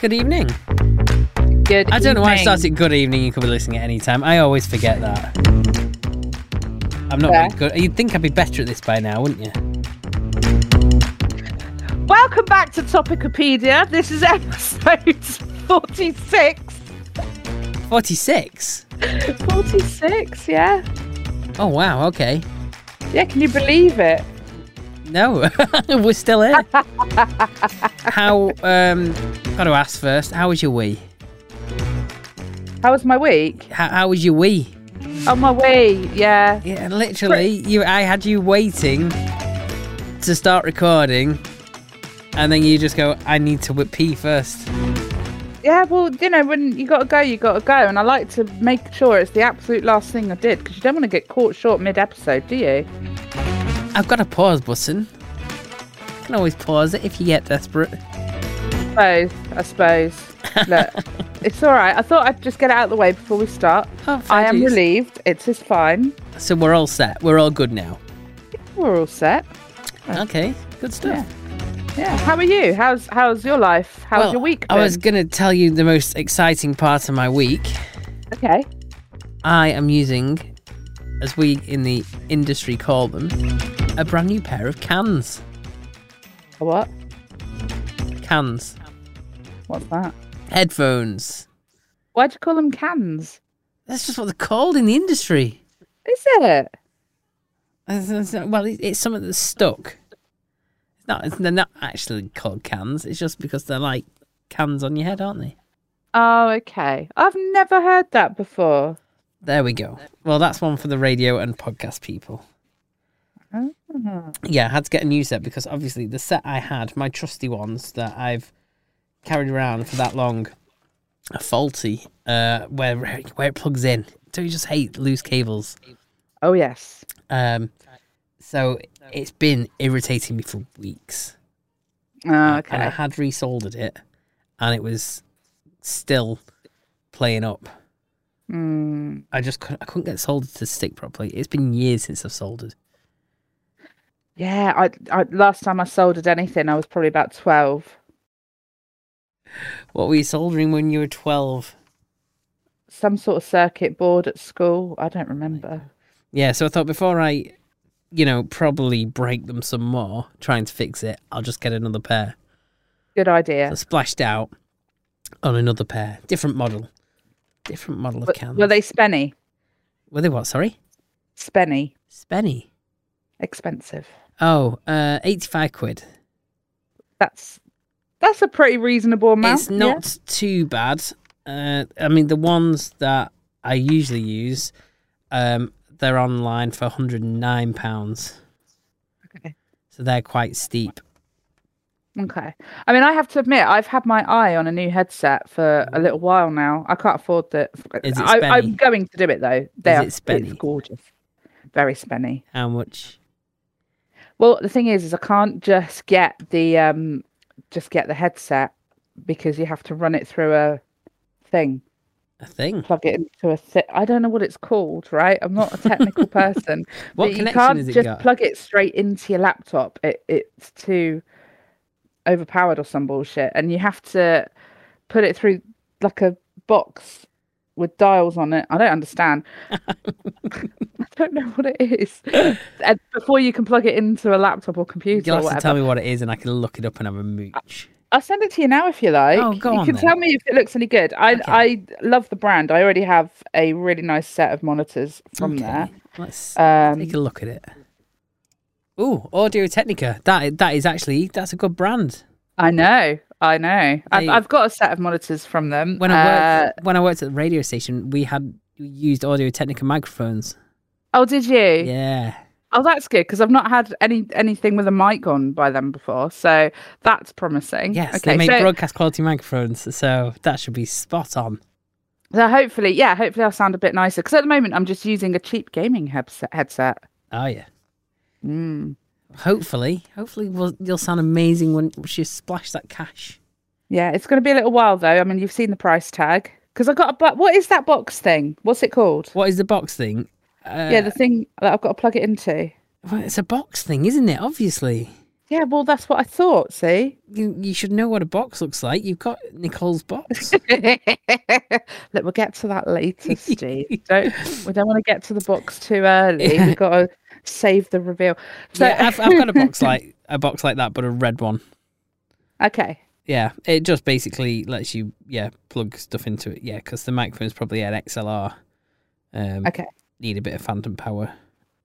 Good evening. Good. I don't know why I evening. started good evening. You could be listening at any time. I always forget that. I'm not Yeah. very good. You'd think I'd be better at this by now, wouldn't you? Welcome back to Topicopedia. This is episode 46. 46. 46, yeah. Oh wow. Okay. Yeah, can you believe it? No, we're still here. How? Um, got to ask first. How was your wee? How was my week? How, how was your wee? Oh, my week, yeah. Yeah, literally, you. I had you waiting to start recording, and then you just go. I need to whip pee first. Yeah, well, you know, when you got to go, you got to go. And I like to make sure it's the absolute last thing I did because you don't want to get caught short mid episode, do you? I've got a pause button. You can always pause it if you get desperate. suppose, I suppose. Look, it's all right. I thought I'd just get it out of the way before we start. Oh, fair I am dues. relieved. It's just fine. So we're all set. We're all good now. We're all set. Okay, good stuff. Yeah. Yeah. How are you? How's how's your life? How's Well, your week? I been? was gonna tell you the most exciting part of my week. okay. I am using, as we in the industry call them, a brand new pair of cans. A What? Cans. What's that? Headphones. Why do you call them cans? That's just what they're called in the industry. Is it? It's- it's not- Well, it- it's something that's stuck. It's not, it's, they're not actually called cans. It's just because they're like cans on your head, aren't they? Oh, okay. I've never heard that before. There we go. Well, that's one for the radio and podcast people. Yeah, I had to get a new set because obviously the set I had, my trusty ones that I've carried around for that long, are faulty uh, where where it plugs in. So you just hate loose cables. Oh yes. Um, so it's been irritating me for weeks. Oh, And I okay. had resoldered it, and it was still playing up. Mm. I just couldn't, I couldn't get soldered to stick properly. It's been years since I've soldered. Yeah. I, I last time I soldered anything, I was probably about twelve. What were you soldering when you were twelve? Some sort of circuit board at school. I don't remember. Yeah, so I thought before I, you know, probably break them some more trying to fix it, I'll just get another pair. Good I idea. splashed out on another pair, different model, different model of W- cans. Were they spenny? Were they what? Sorry, Spenny. Spenny. Expensive. Oh, uh, 85 quid. That's that's a pretty reasonable amount. It's yeah. not too bad. Uh, I mean, the ones that I usually use, um, they're online for 109 pounds. Okay. So they're quite steep. Okay. I mean, I have to admit, I've had my eye on a new headset for a little while now. I can't afford that. Is it I, I'm spenny? going to do it though. They Is are, it spenny? It's gorgeous. Very spenny. How much? Well, the thing is, is I can't just get the um, just get the headset because you have to run it through a thing, A thing. plug it into a thing. I don't know what it's called, right? I'm not a technical person. What but you connection can't has it just got? plug it straight into your laptop. It it's too overpowered or some bullshit, and you have to put it through like a box with dials on it. I don't understand. I don't know what it is. And before you can plug it into a laptop or computer You'll or have to whatever, tell me what it is, and I can look it up and have a mooch. I'll send it to you now if you like. Oh, go you on can then. tell me if it looks any good. I Okay. I love the brand. I already have a really nice set of monitors from there. Let's Um, take a look at it. Ooh, Audio Technica. That i- that is actually that's a good brand. I know, I know. I've, They- I've got a set of monitors from them. When I Uh, worked when I worked at the radio station, we had we used Audio Technica microphones. oh, did you? Yeah. Oh, that's good because I've not had any anything with a mic on by them before, so that's promising. Yes, okay. they make so, broadcast quality microphones, so that should be spot on. so hopefully, yeah, hopefully I'll sound a bit nicer because at the moment I'm just using a cheap gaming headset. headset. Oh yeah. Mm. Hopefully, hopefully we'll, you'll sound amazing when she splash that cash. Yeah, it's going to be a little while though. I mean, you've seen the price tag because I got a but. What is that box thing? What's it called? What is the box thing? Uh, yeah, the thing that I've got to plug it into. well, it's a box thing, isn't it? Obviously. Yeah, well, that's what I thought. See, You, you should know what a box looks like. You've got Nicole's box. look, we'll get to that later, Steve. don't we don't want to get to the box too early. We've got to save the reveal. So, yeah, I've, I've got a box like a box like that, but a red one. okay, Yeah, it just basically lets you yeah plug stuff into it. Yeah, because the microphone's probably an XLR. Um, Okay. Need a bit of phantom power.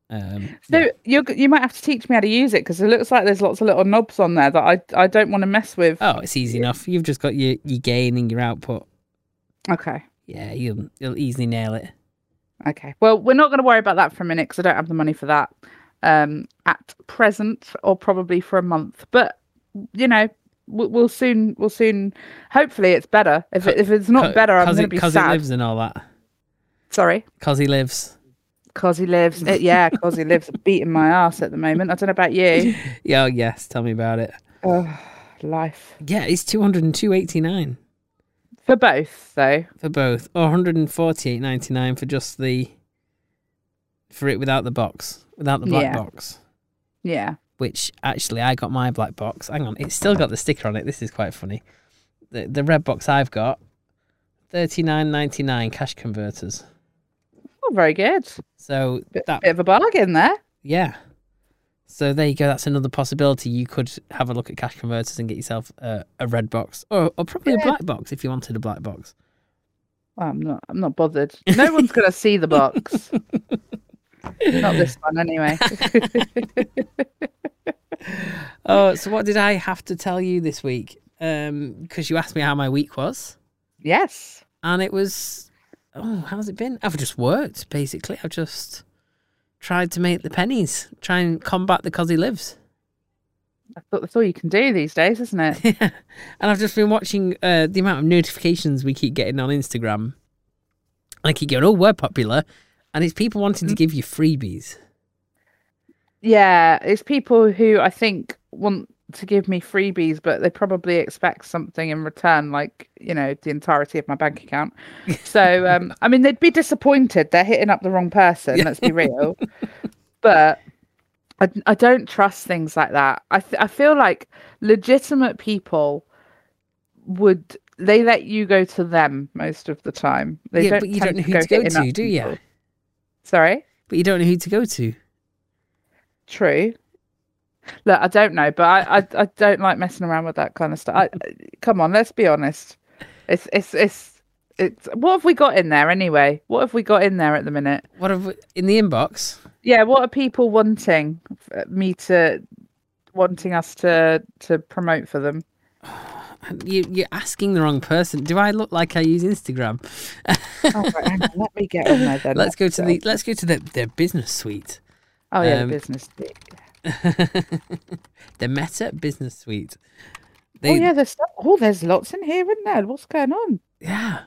Um, so yeah. you you might have to teach me how to use it because it looks like there's lots of little knobs on there that I I don't want to mess with. Oh, it's easy enough. You've just got your, your gain and your output. Okay, Yeah, you'll you'll easily nail it. okay. Well, we're not going to worry about that for a minute because I don't have the money for that um, at present, or probably for a month. But you know. we- We'll soon, we'll soon. Hopefully, it's better. If, it, if it's not Co- better, I'm cause going to it- be cause sad. it lives and all that. Sorry. Cause he lives. Cause he lives. Uh, yeah, cause he lives. Beating my ass at the moment. I don't know about you. Yeah, oh, yes. Tell me about it. Ugh, life Yeah, it's two hundred and two eighty nine for both though. for both, or one hundred and forty eight ninety nine for just the for it without the box, without the black Yeah. box. Yeah. Which actually, I got my black box. Hang on, it's still got the sticker on it. This is quite funny. The the red box I've got thirty nine ninety nine cash converters. Well, very good. So Bit, that bit of a bargain there. Yeah. So there you go. That's another possibility. You could have a look at cash converters and get yourself a, a red box or, or probably a Yeah. black box if you wanted a black box. Well, I'm not. I'm not bothered. No one's gonna see the box. not this one anyway. Oh, so what did I have to tell you this week? Because you asked me how my week was, yes. and it was, oh, how's it been? I've just worked basically. I've just tried to make the pennies, try and combat the cause he lives. I thought that's all you can do these days, isn't it? and I've just been watching uh, the amount of notifications we keep getting on Instagram. And I keep going, oh, we're popular. And it's people wanting to Mm-hmm. give you freebies. yeah. It's people who I think want to give me freebies, but they probably expect something in return, like you know, the entirety of my bank account. So um, I mean, they'd be disappointed. They're hitting up the wrong person. Let's be real. but I, I don't trust things like that. I th- I feel like legitimate people would they let you go to them most of the time. They yeah, don't but you tend don't know who to go hitting to, up do you? people. Sorry, But you don't know who to go to. true. Look, I don't know, but I, I I don't like messing around with that kind of stuff. I, come on, let's be honest. It's it's it's it's what have we got in there anyway? What have we got in there at the minute? What have we, in the inbox? yeah what are people wanting f- me to wanting us to to promote for them You, you're asking the wrong person. Do I look like I use Instagram? oh, right, hang on, let me get on there then Let's go to So- the let's go to the, their business suite, oh yeah um, the business bit. the Meta Business Suite. They, oh yeah there's stuff. oh there's lots in here isn't there what's going on yeah.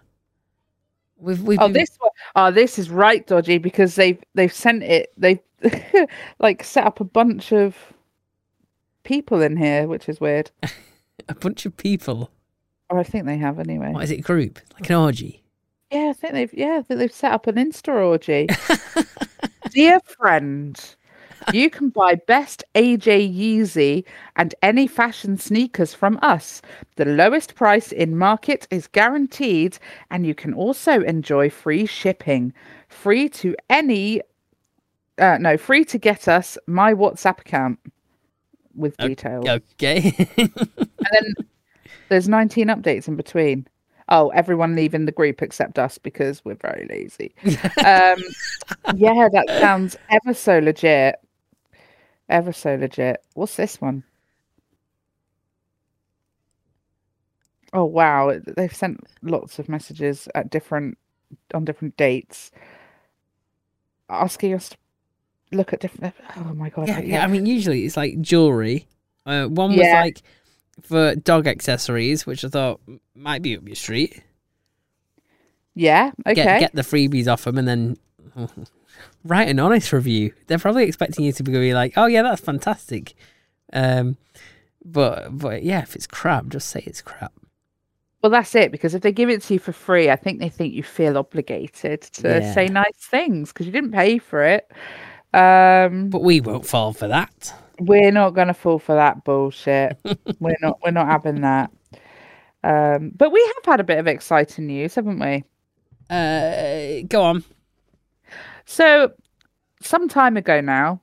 We've we've oh been- this one oh this is right dodgy because they've they've sent it they've like set up a bunch of people in here which is weird a bunch of people. or i think they have anyway What is it? Group like an orgy. Yeah, I think they've yeah, I think they've set up an Insta orgy. Dear friend, you can buy best AJ Yeezy and any fashion sneakers from us. The lowest price in market is guaranteed, and you can also enjoy free shipping. Free to any uh, no, free to get us my WhatsApp account with details. Okay. There's 19 updates in between. Oh, everyone leaving the group except us because we're very lazy. um, yeah, that sounds ever so legit. Ever so legit. What's this one? Oh wow, it- they've sent lots of messages at different on different dates, asking us to look at different. Oh my god, yeah, okay. yeah. I mean, usually it's like jewelry. Uh, one was Yeah. like for dog accessories, which I thought m- might be up your street. yeah, okay. Get get the freebies off them, and then write an honest review. They're probably expecting you to be going like, "Oh yeah, that's fantastic," um, but but yeah, if it's crap, just say it's crap. Well, that's it because if they give it to you for free, I think they think you feel obligated to Yeah. say nice things because you didn't pay for it. Um, But we won't fall for that. we're not gonna fall for that bullshit. we're not we're not having that. Um, but we have had a bit of exciting news, haven't we? Uh, go on. So, some time ago now,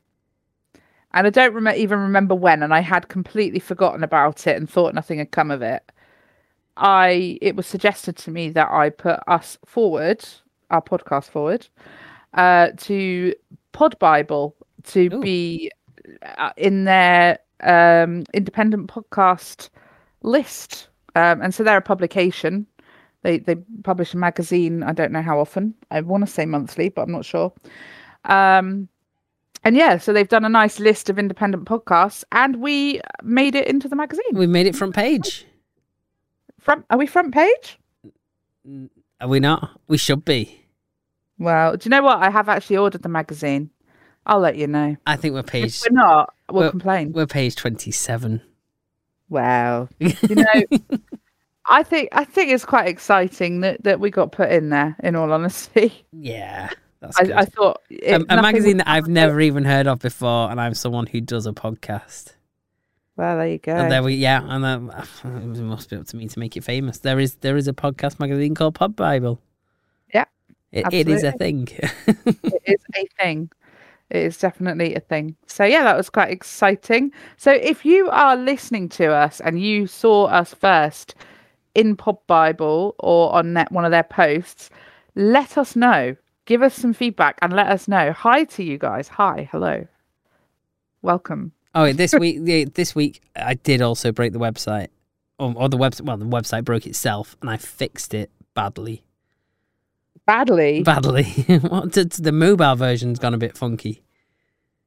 and I don't rem- even remember when, and I had completely forgotten about it and thought nothing had come of it. I it was suggested to me that I put us forward, our podcast forward, uh, to Pod Bible to Ooh. be uh, in their um, independent podcast list, um, and so they're a publication. They they publish a magazine. I don't know how often. I want to say monthly, but I'm not sure. Um, and yeah, so they've done a nice list of independent podcasts, and we made it into the magazine. We've made it front page. Front, are we front page? Are we not? We should be. Well, do you know what? I have actually ordered the magazine. I'll let you know. I think we're If page. we're not, we'll, Well- complain. We're page twenty-seven. Well, you know, I think I think it's quite exciting that, that we got put in there. In all honesty, Yeah, that's I, good. I thought it, Um, a nothing magazine would- that I've never even heard of before, and I'm someone who does a podcast. Well, there you go. And there we yeah, and then it must be up to me to make it famous. There is there is a podcast magazine called Pod Bible. Yeah, It, it is a thing. it is a thing. It is definitely a thing. So yeah, that was quite exciting. So if you are listening to us and you saw us first in Pod Bible or on net, one of their posts, let us know. Give us some feedback and let us know. Hi to you guys. Hi, hello, welcome. oh, this week yeah, this week I did also break the website, or, or the website. Well, the website broke itself, and I fixed it badly. Badly. Badly. what the, the mobile version's gone a bit funky.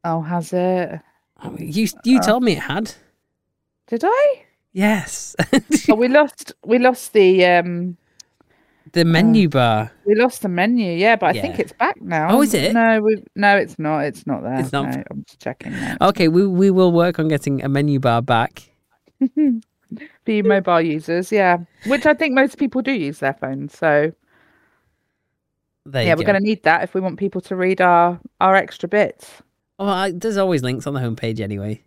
oh, has it? Oh, You Uh. you told me it had. Did I? Yes, Oh, we lost. We lost the. um the Uh. menu bar. we lost the menu, yeah, but I think Yeah. it's back now. Oh, is it? No, we no, it's not. It's not there. It's not. No, I'm just checking. now. Okay, we we will work on getting a menu bar back. be mobile users, yeah. Which I think most people do use their phones. So There yeah, you we're go. going to need that if we want people to read our our extra bits. Oh, I, there's always links on the homepage anyway.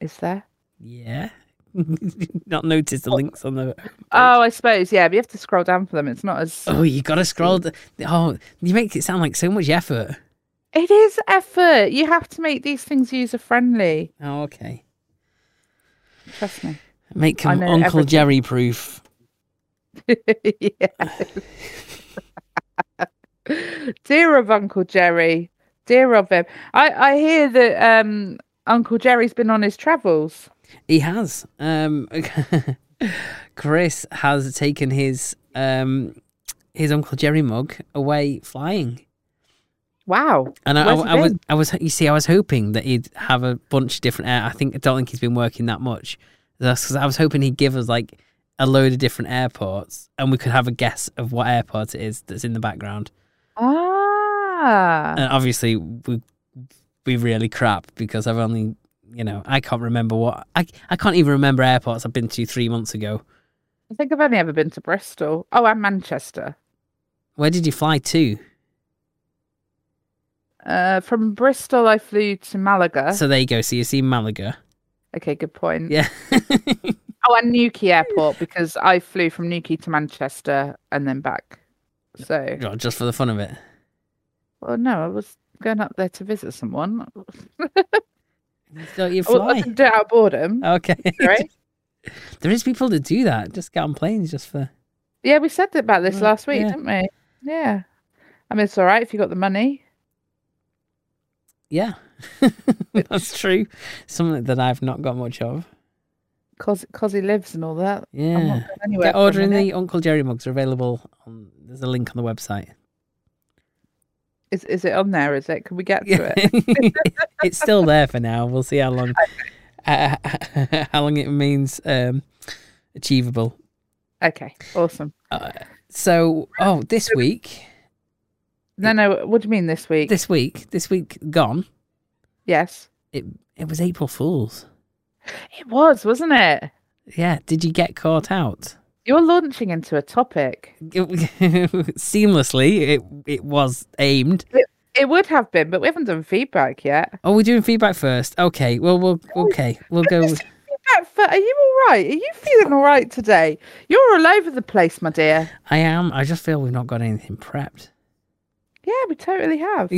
Is there? Yeah. Not noticed the links on the. Oh, I suppose. Yeah, but you have to scroll down for them. It's not as Oh, you gotta scroll. d oh, you make it sound like so much effort. it is effort. You have to make these things user friendly. Oh, okay. Trust me. Make I them know Uncle everything. Jerry proof. yeah. Dear of Uncle Jerry. Dear of him. I I hear that um Uncle Jerry's been on his travels. He has. Um, Chris has taken his um, his Uncle Jerry mug away flying. Wow. And I, Where's he I, I was, I was, you see, I was hoping that he'd have a bunch of different. Air, I think I don't think he's been working that much. That's 'cause I was hoping he'd give us like a load of different airports, and we could have a guess of what airport it is that's in the background. Ah. And obviously, we we really crap because I've only, you know, I can't remember what I I can't even remember airports I've been to three months ago. I think I've only ever been to Bristol. Oh, and Manchester. Where did you fly to? Uh, from Bristol, I flew to Malaga. So there you go. So you see Malaga. okay, good point. Yeah. Oh, and Newquay Airport because I flew from Newquay to Manchester and then back. So, Just for the fun of it. well, no, I was going up there to visit someone. Don't you I wa- I fly? didn't do it out of boredom. Okay. Right? There is people that do that. Just get on planes just for. Yeah, we said about this Right, last week, yeah. didn't we? Yeah. I mean, it's all right if you got the money. Yeah, that's true. Something that I've not got much of. Cause, cause he lives and all that. I'm not Yeah. going anywhere. Get for a ordering minute. the Uncle Jerry mugs are available. On, there's a link on the website. Is, is it on there? Is it? Can we get to it? it's still there for now. We'll see how long, uh, how long it remains um, achievable. Okay, awesome. So, oh, this week, No, no. What do you mean this week? this week, this week gone. Yes, It it was April Fools. it was, wasn't it? Yeah. Did you get caught out? You're launching into a topic. it- seamlessly it it was aimed it would have been, but we haven't done feedback yet. Oh, we're doing feedback first. Okay. Well, we'll Oh okay. We'll go. with- Matt, Fe- are you all right? Are you feeling all right today? You're all over the place, my dear. I am. I just feel we've not got anything prepped. Yeah, we totally have.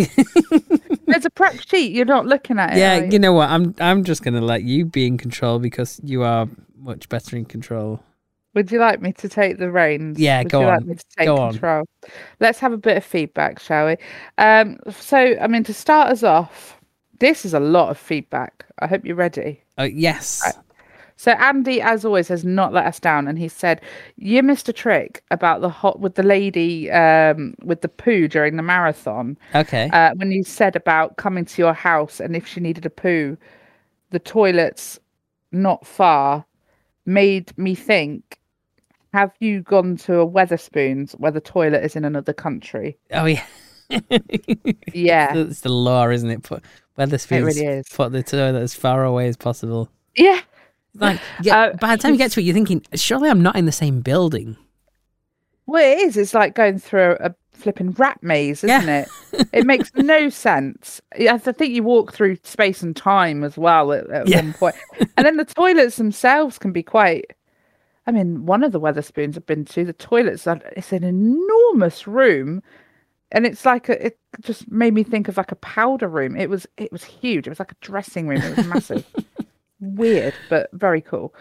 There's a prep sheet. You're not looking at it. yeah. are you? You know what? I'm. I'm just gonna let you be in control because you are much better in control. Would you like me to take the reins? Yeah, Would go you Like on, me to take go on. control? Let's have a bit of feedback, shall we? Um, so, I mean, to start us off, this is a lot of feedback. I hope you're ready. Uh, yes. So Andy, as always, has not let us down, and he said, "You missed a trick about the hot with the lady um, with the poo during the marathon." okay. uh, when you said about coming to your house and if she needed a poo, the toilet's not far, made me think, have you gone to a Weatherspoons where the toilet is in another country? oh yeah. Yeah. It's the law, isn't it? Put Weatherspoons really is. put the toilet as far away as possible. Yeah. Like, yeah, Uh, by the time you get to it, you're thinking, surely I'm not in the same building. Well, it is. It's like going through a flipping rat maze, Yeah. isn't it? It makes no sense. I th- think you walk through space and time as well at, at Yeah. one point. And then the toilets themselves can be quite. I mean, one of the Weatherspoons I've been to, the toilets are it's an enormous room, and it's like a, it just made me think of like a powder room. It was it was huge. It was like a dressing room. It was massive. Weird, but very cool.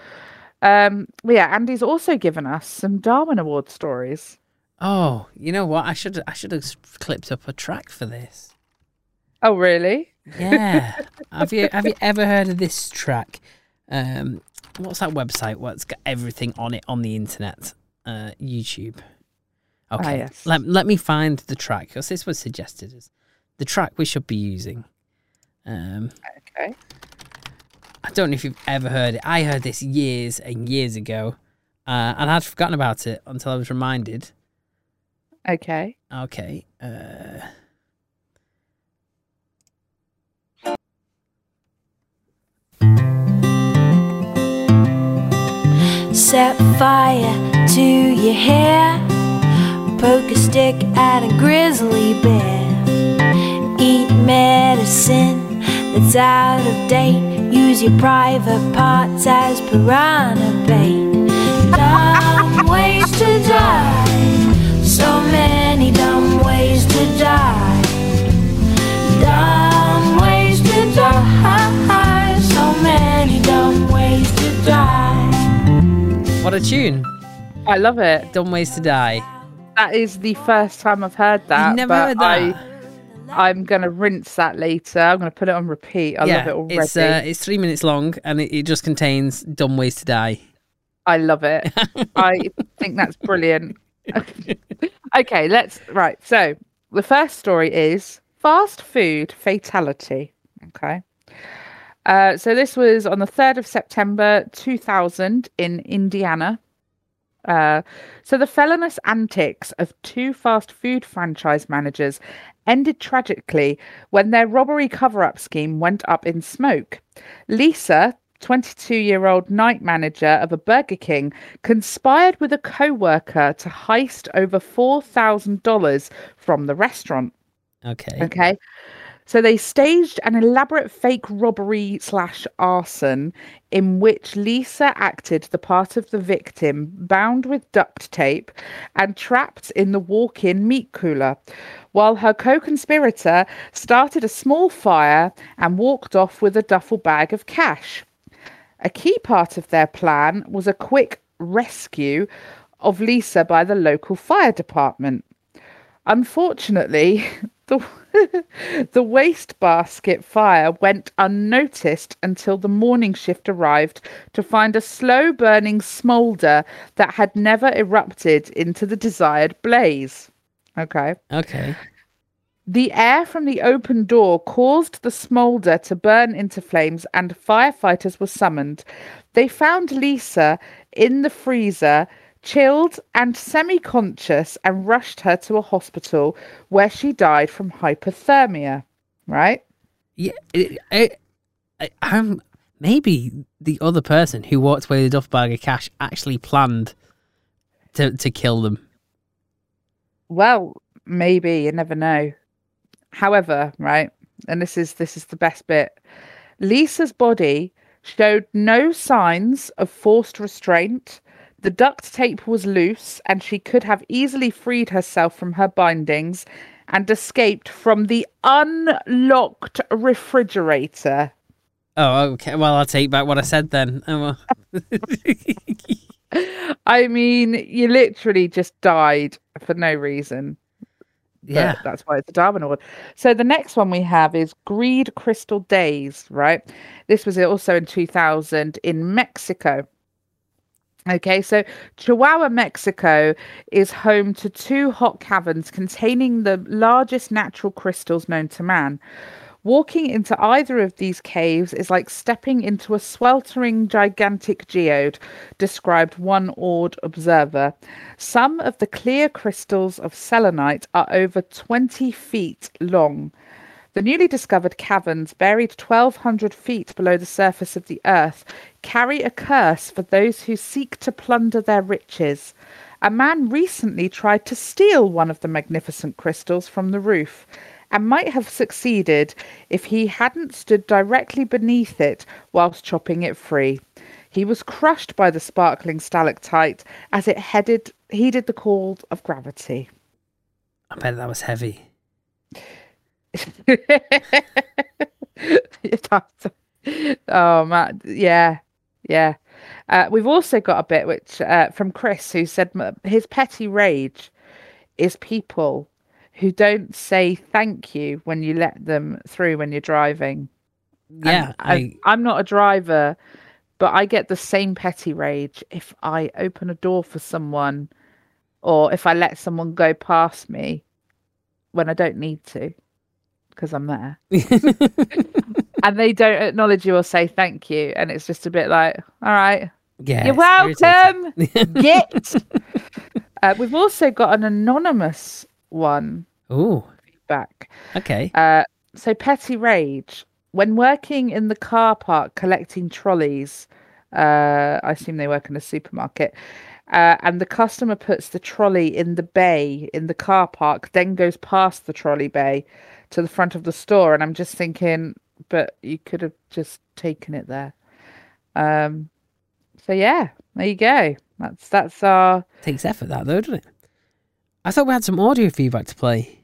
Um, well, yeah, Andy's also given us some Darwin Award stories. Oh, you know what? I should I should have s- clipped up a track for this. Oh, really? Yeah. have you have you ever heard of this track? Um, what's that website? What's got everything on it on the internet? Uh, YouTube. Okay. Ah, yes. Let let me find the track because this was suggested as the track we should be using. Um, Okay. I don't know if you've ever heard it. I heard this years and years ago, uh, and I'd forgotten about it until I was reminded. Okay. Okay. Uh... Set fire to your hair. Poke a stick at a grizzly bear. Eat medicine that's out of date. Use your private parts as piranha bait. Dumb ways to die. So many dumb ways to die. Dumb ways to die. So many dumb ways to die. What a tune! I love it. Dumb Ways to Die. That is the first time I've heard that. never but heard I, I'm going to rinse that later. I'm going to put it on repeat. I love it already. It's, uh, it's three minutes long and it, it just contains Dumb Ways to Die. I love it. I think that's brilliant. okay, let's. Right. So the first story is fast food fatality. Okay. Uh, so this was on the 3rd of September 2000 in Indiana. Uh, so the felonious antics of two fast food franchise managers ended tragically when their robbery cover-up scheme went up in smoke. Lisa, 22-year-old night manager of a Burger King, conspired with a co-worker to heist over $4,000 from the restaurant. Okay. Okay. So they staged an elaborate fake robbery slash arson in which Lisa acted the part of the victim, bound with duct tape and trapped in the walk in meat cooler, while her co conspirator started a small fire and walked off with a duffel bag of cash. A key part of their plan was a quick rescue of Lisa by the local fire department. Unfortunately, the the waste basket fire went unnoticed until the morning shift arrived to find a slow burning smolder that had never erupted into the desired blaze. Okay. Okay. The air from the open door caused the smolder to burn into flames, and firefighters were summoned. They found Lisa in the freezer, chilled and semi conscious, and rushed her to a hospital where she died from hypothermia. Right? Yeah. I, I, I, I'm, maybe the other person who walked away with a duff bag of cash actually planned to, to kill them. Well, maybe, you never know. However, right, and this is this is the best bit. Lisa's body showed no signs of forced restraint. The duct tape was loose, and she could have easily freed herself from her bindings and escaped from the unlocked refrigerator. Oh, okay. Well, I'll take back what I said then. Oh, well. I mean, you literally just died for no reason. but yeah. that's why it's a Darwin Award. So the next one we have is Greed Crystal Days, right? This was also in 2000 in Mexico. Okay, so Chihuahua, Mexico is home to two hot caverns containing the largest natural crystals known to man. Walking into either of these caves is like stepping into a sweltering gigantic geode, described one awed observer. Some of the clear crystals of selenite are over 20 feet long. The newly discovered caverns, buried 1,200 feet below the surface of the earth, carry a curse for those who seek to plunder their riches. A man recently tried to steal one of the magnificent crystals from the roof and might have succeeded if he hadn't stood directly beneath it whilst chopping it free. He was crushed by the sparkling stalactite as it headed, heeded the call of gravity. I bet that was heavy. It does. oh man, yeah, yeah. Uh, we've also got a bit which uh, from Chris who said "M- his petty rage is people who don't say thank you when you let them through when you're driving. And Yeah. I, I, I'm not a driver, but I get the same petty rage if I open a door for someone or if I let someone go past me when I don't need to because I'm there and they don't acknowledge you or say thank you and it's just a bit like all right yeah. you're it's irritating. welcome get uh, we've also got an anonymous one Ooh. back Okay. uh, so petty rage when working in the car park collecting trolleys uh, i assume they work in a supermarket uh, and the customer puts the trolley in the bay in the car park then goes past the trolley bay to the front of the store and i'm just thinking but you could have just taken it there um, so yeah there you go that's that's our Takes effort that though, doesn't it? I thought we had some audio feedback to play.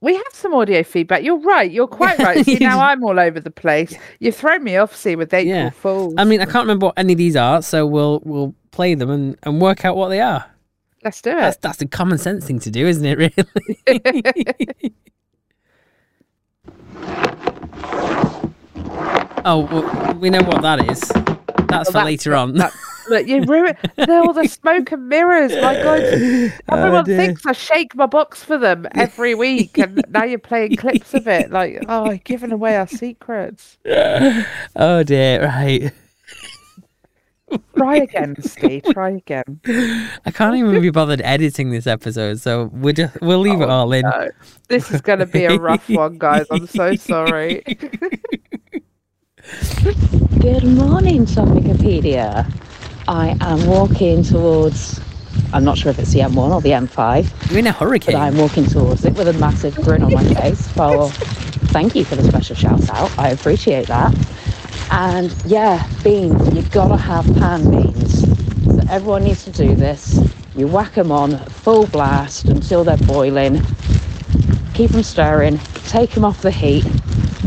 We have some audio feedback. You're right. You're quite right. See, now I'm all over the place. You throw me off, see, with April Yeah. Fools. I mean, I can't remember what any of these are, so we'll we'll play them and, and work out what they are. Let's do That's it. that's the common sense thing to do, isn't it? Really. oh, well, we know what that is. That's for that's- later on. that- Look, you ruin they're all the smoke and mirrors. My God, everyone Oh, dear. thinks I shake my box for them every week, and now you're playing clips of it. Like, oh, you're giving away our secrets. oh dear, right. Try again, Steve. Try again. I can't even be bothered editing this episode, so we'll just we'll leave Oh, it all in. No, this is going to be a rough one, guys. I'm so sorry. Good morning, Topicpedia. I am walking towards, I'm not sure if it's the M1 or the M5, You're in a but I'm hurricane. walking towards it with a massive grin on my face. For thank you for the special shout out, I appreciate that. And yeah, beans, you gotta have pan beans. So everyone needs to do this. You whack them on full blast until they're boiling. Keep them stirring. Take them off the heat.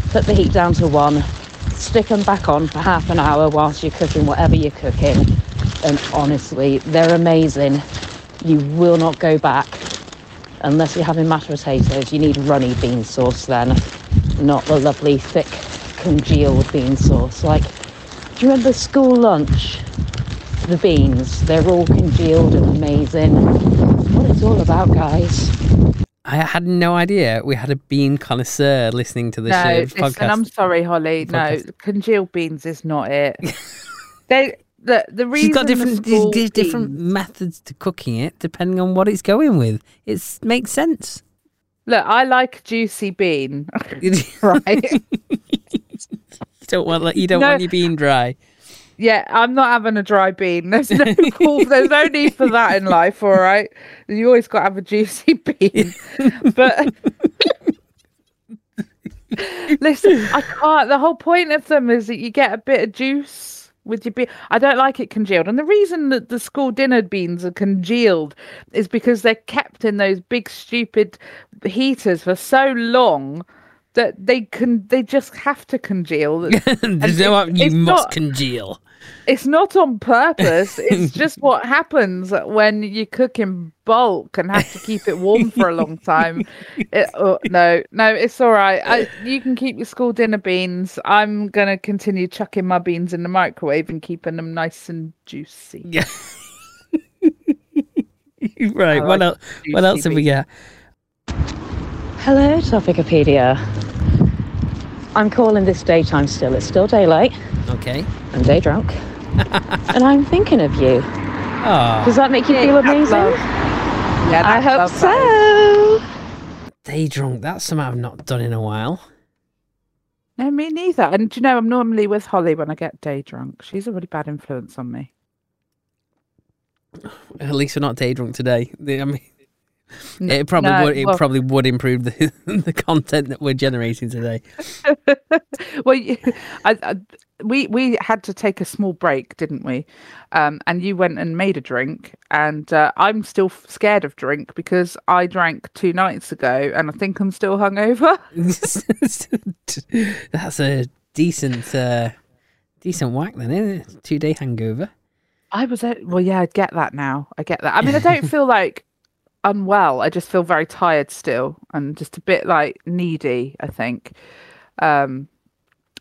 Put the heat down to one. Stick them back on for half an hour whilst you're cooking whatever you're cooking. And honestly, they're amazing. You will not go back unless you're having mashed potatoes, you need runny bean sauce then, not the lovely thick congealed bean sauce. Like, do you remember school lunch? The beans, they're all congealed and amazing. What it's all about, guys. I had no idea we had a bean connoisseur listening to this no, show, listen, podcast. I'm sorry, Holly. No, Podcast. congealed beans is not it. they the the reason She's got the different d- small d- different beans- methods to cooking it depending on what it's going with. It makes sense. Look, I like a juicy bean, You right? don't want like, you don't No. want your bean dry. yeah, I'm not having a dry bean. There's no call, there's no need for that in life. All right, you always got to have a juicy bean, but. Listen, I can't. The whole point of them is that you get a bit of juice with your bean. I don't like it congealed. And the reason that the school dinner beans are congealed is because they're kept in those big, stupid heaters for so long that they can they just have to congeal There's no it's- up. You it's must not- congeal. it's not on purpose. It's just what happens when you cook in bulk and have to keep it warm for a long time. It, oh, no, no, it's all right. I, you can keep your school dinner beans. I'm gonna continue chucking my beans in the microwave and keeping them nice and juicy. Yeah. right. What like else? What juicy else have we got? Hello, Topicopedia. I'm calling this daytime still. It's still daylight. Okay. I'm day drunk. and I'm thinking of you. Oh, Does that make you Yay, feel that's amazing? love. Yeah, I that's hope love, that is. so. day drunk. That's something I've not done in a while. No, me neither. And do you know, I'm normally with Holly when I get day drunk. She's a really bad influence on me. At least we're not day drunk today. The- I mean, it probably no, would. It well- probably would improve the the content that we're generating today. well, you, I, I, we we had to take a small break, didn't we? Um, and you went and made a drink, and uh, I'm still f- scared of drink because I drank two nights ago, and I think I'm still hungover. That's a decent, uh, decent whack then, isn't it? Two day hangover. I was at, well, yeah, I get that now. I get that. I mean, I don't feel like unwell. I just feel very tired still, and just a bit like needy. I think. Um,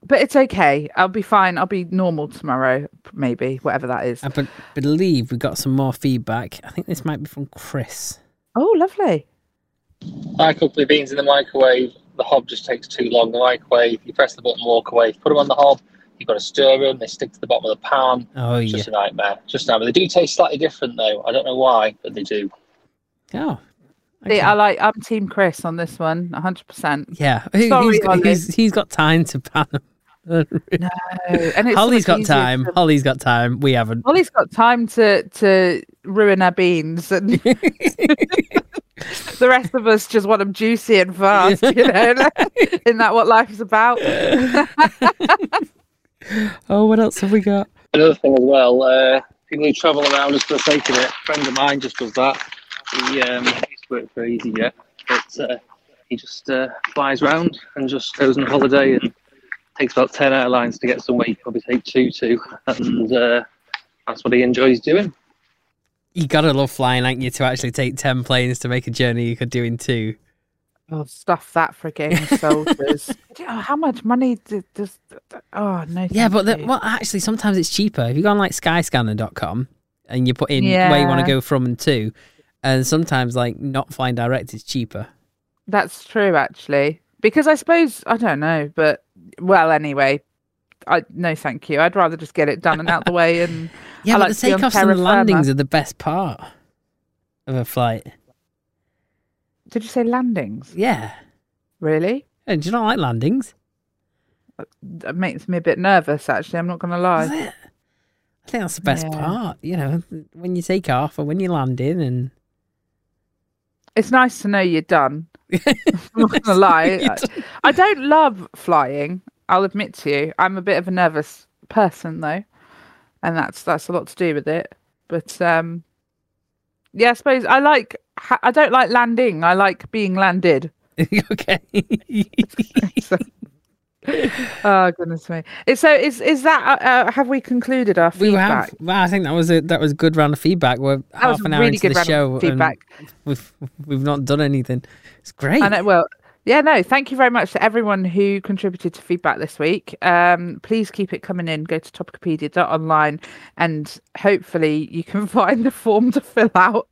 but it's okay. I'll be fine. I'll be normal tomorrow, maybe, whatever that is. I be- believe we got some more feedback. I think this might be from Chris. Oh, lovely. I cook the beans in the microwave. The hob just takes too long. The microwave, you press the button, walk away. Put them on the hob. You've got to stir them. They stick to the bottom of the pan. Oh It's yeah. just a nightmare. Just a nightmare. They do taste slightly different though. I don't know why, but they do. Oh. See, okay. I like I'm Team Chris on this one, 100. percent Yeah. Who- Sorry, who's got- Holly. who's- he's got time to pan 'em? And it's so Holly's much got easier time. to- Holly's got time. We haven't. Holly's got time to to ruin her beans, and the rest of us just want them juicy and fast. You know, isn't that what life is about? Oh, what else have we got? Another thing as well, uh, people who travel around just for the sake of it. A friend of mine just does that. He um, he used to work for EasyJet, but uh, he just uh, flies round and just goes on holiday and takes about 10 airlines to get somewhere. You probably take two to, and uh, that's what he enjoys doing. You gotta love flying, ain't you? To actually take ten planes to make a journey you could do in two. Oh, stuff that frigging soldiers! oh, how much money d- does? Oh no. Yeah, thank but the, you. well, actually, sometimes it's cheaper if you go on like Skyscanner.com and you put in where you want to Yeah. go from and to, and sometimes like not flying direct is cheaper. That's true, actually, because I suppose I don't know, but well, anyway, I no, thank you. I'd rather just get it done and out the way, and Yeah, I but like to the be on takeoffs terra and the firma. landings are the best part of a flight. did you say landings? Yeah, Really? Hey, do you not like landings? That makes me a bit nervous. Actually, I'm not going to Is lie. it? I think that's the best Yeah. part. You know, when you take off and when you land in, and It's nice to know you're done. I'm not going to lie. You're I, I don't love flying. I'll admit to you, I'm a bit of a nervous person though, and that's that's a lot to do with it. But um, yeah, I suppose I like. ha- I don't like landing. I like being landed. okay, So- oh goodness me! It's- So is is that? Uh, uh, have we concluded our we feedback? have. Well, I think that was a that was a good round of feedback. We're That was half a an hour really into good the round show, of feedback. and we've we've not done anything. It's great. I know. Well, yeah, no, thank you very much to everyone who contributed to feedback this week. Um, please keep it coming in. Go to topicopedia.online and hopefully you can find the form to fill out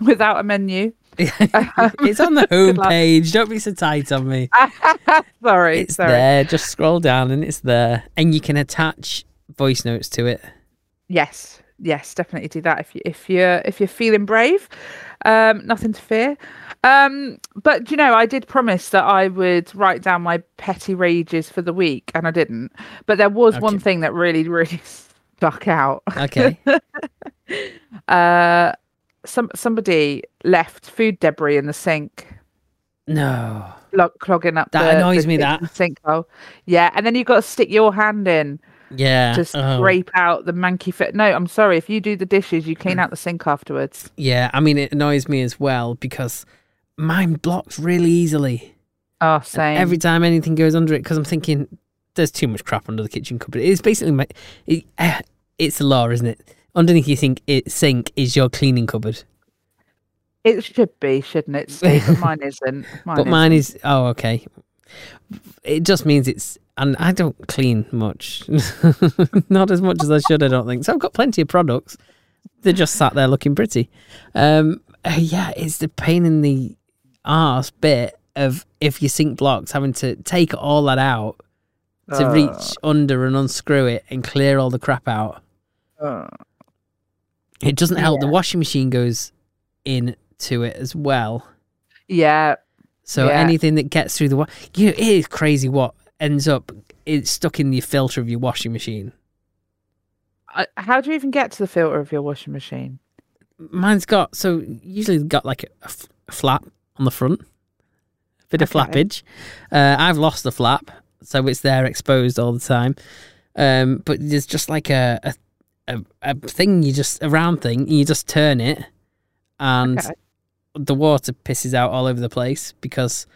without a menu. it's on the Good luck. homepage. Don't be so tight on me. Sorry, It's sorry. there. Just scroll down, and it's there, and you can attach voice notes to it. Yes, yes, definitely do that if you if you're if you're feeling brave. Um, nothing to fear. Um, but you know, I did promise that I would write down my petty rages for the week, and I didn't. But there was one Okay. thing that really, really stuck out. Okay. Uh, some somebody left food debris in the sink. no. clog- clogging up. That the, annoys the me, kitchen sinkhole. Yeah, and then you've got to stick your hand in Yeah. to oh, scrape out the manky fit. No, I'm sorry. If you do the dishes, you clean out the sink afterwards. Yeah. I mean, it annoys me as well because mine blocks really easily Oh, same. every time anything goes under it because I'm thinking there's too much crap under the kitchen cupboard. It's basically my. It, eh, it's the law, isn't it? Underneath your sink, it, sink is your cleaning cupboard, it should be, shouldn't it? Steve? But mine isn't. Mine but mine is. Oh, okay. It just means it's, and I don't clean much, not as much as I should. I don't think so. I've got plenty of products. They're just sat there looking pretty. Um, eh, yeah, it's the pain in the arse bit of if your sink blocks having to take all that out to reach under and unscrew it and clear all the crap out. Uh, It doesn't help. The washing machine goes into it as well. yeah. So Yeah. anything that gets through the wa- you know, it is crazy what ends up it's stuck in your filter of your washing machine. I, how do you even get to the filter of your washing machine? Mine's got so usually it's got like a, a f- a flap on the front, bit of Okay. flappage. Uh, I've lost the flap, so it's there exposed all the time. Um, but there's just like a a, a a thing you just a round thing and you just turn it, and Okay. the water pisses out all over the place because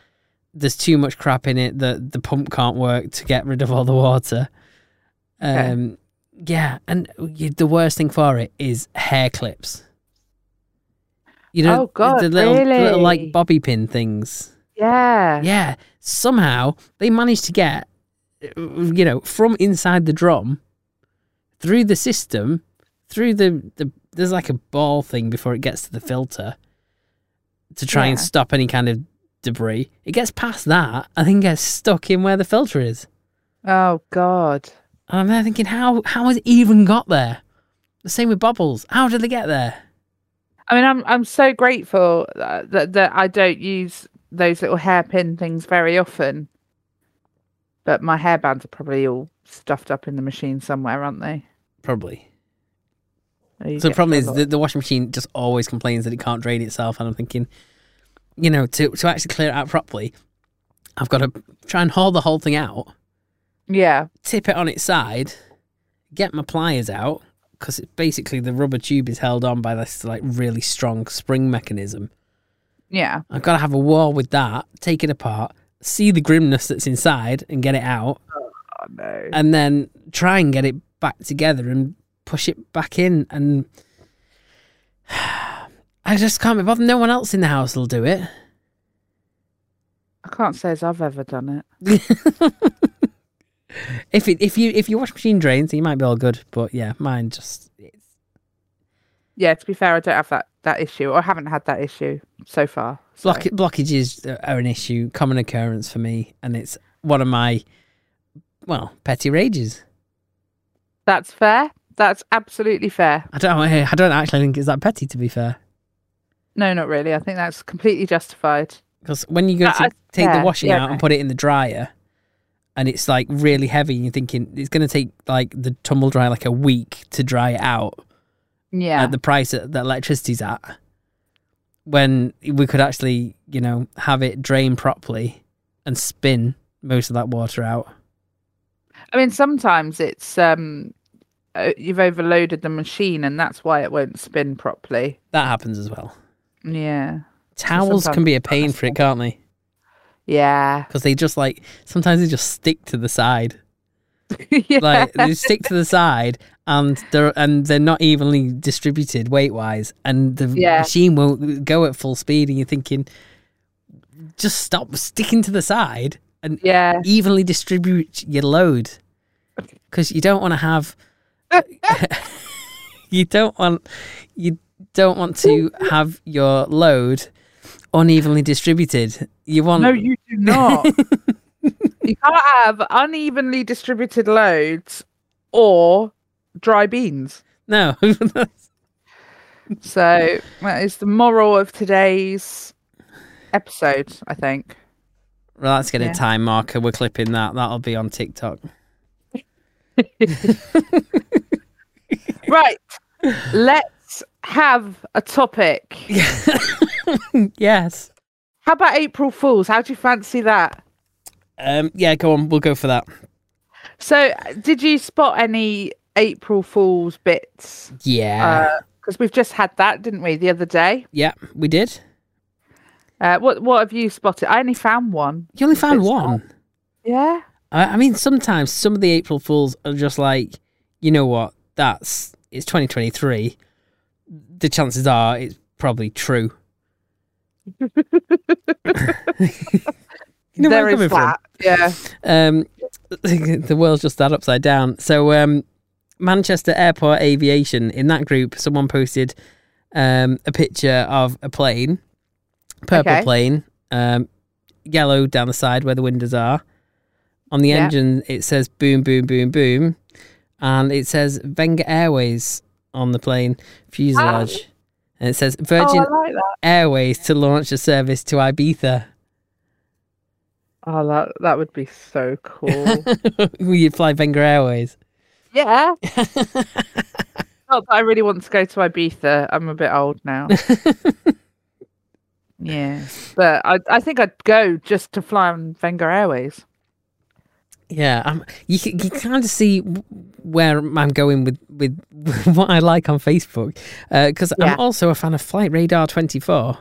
there's too much crap in it that the pump can't work to get rid of all the water. Okay. Um, yeah, and you, the worst thing for it is hair clips. You know, Oh, God, the little, little really? like bobby pin things. Yeah. Yeah, somehow they managed to get, uh, you know, from inside the drum, through the system, through the, the there's like a ball thing before it gets to the filter to try and Yeah. stop any kind of debris. It gets past that, I think gets stuck in where the filter is. Oh God. And I'm there thinking, how how has it even got there? The same with bubbles. How did they get there? I mean, I'm I'm so grateful that that, that I don't use those little hairpin things very often. But my hairbands are probably all stuffed up in the machine somewhere, aren't they? Probably. You So the get problem a is lot- the, the washing machine just always complains that it can't drain itself, and I'm thinking, you know, to to actually clear it out properly, I've got to try and haul the whole thing out, yeah, tip it on its side, get my pliers out because basically the rubber tube is held on by this like really strong spring mechanism. yeah, I've got to have a war with that, take it apart, see the grimness that's inside, and get it out, oh, no. and then try and get it back together and push it back in and I just can't be bothered. No one else in the house will do it. I can't say as I've ever done it. If it, if you if your washing machine drains, you might be all good. But yeah, mine just it's, Yeah, to be fair, I don't have that that issue, or I haven't had that issue so far. so- block, blockages are an issue, common occurrence for me, and it's one of my well petty rages. That's fair. That's absolutely fair. I don't I don't actually think it's that petty to be fair. No, not really. I think that's completely justified. Because when you go No, to Uh, I- take yeah, the washing yeah, out no. and put it in the dryer, and it's like really heavy, and you're thinking it's going to take like the tumble dryer like a week to dry it out Yeah. at the price that, that electricity's at, when we could actually, you know, have it drain properly and spin most of that water out. I mean, sometimes it's um, uh, you've overloaded the machine, and that's why it won't spin properly. That happens as well. Yeah, Towels can sometimes be a it's pain for it, can't they? yeah, Because they just like sometimes they just stick to the side. yeah. like they stick to the side and they're and they're not evenly distributed weight wise and the Yeah. machine won't go at full speed and you're thinking just stop sticking to the side and yeah. evenly distribute your load because you don't want to have you don't want you don't want to have your load unevenly distributed you want No, you do not. you can't have unevenly distributed loads or dry beans. no So that is the moral of today's episode, I think. Well, that's getting Yeah. a time marker. We're clipping that. That'll be on TikTok. Right. Let's have a topic. Yes. How about April Fools? How do you fancy that? Um, yeah, go on. We'll go for that. So, uh, did you spot any April Fools bits? Yeah. Because we've just had that, didn't we, the other day? yeah, we did. Uh, what What have you spotted? I only found one. You only found it's one. Yeah. I, I mean, sometimes some of the April Fools are just like, you know what? That's it's 2023. The chances are it's probably true. you know where there I'm is coming from. that. Yeah. Um, the world's just that upside down. So, um, Manchester Airport Aviation, in that group, someone posted um, a picture of a plane, purple Okay. plane, um, yellow down the side where the windows are. On the Yeah. engine, it says boom, boom, boom, boom. And it says Venga Airways on the plane fuselage. And it says Virgin Ah. Oh, I like that. Airways to launch a service to Ibiza. Oh, that, that would be so cool. you fly Venga Airways. yeah. Not that I really want to go to Ibiza. I'm a bit old now. yeah. But I, I think I'd go just to fly on Venga Airways. Yeah, I'm, you can, you kind of see w- where I'm going with with what I like on Facebook because Yeah. I'm also a fan of Flight Radar 24,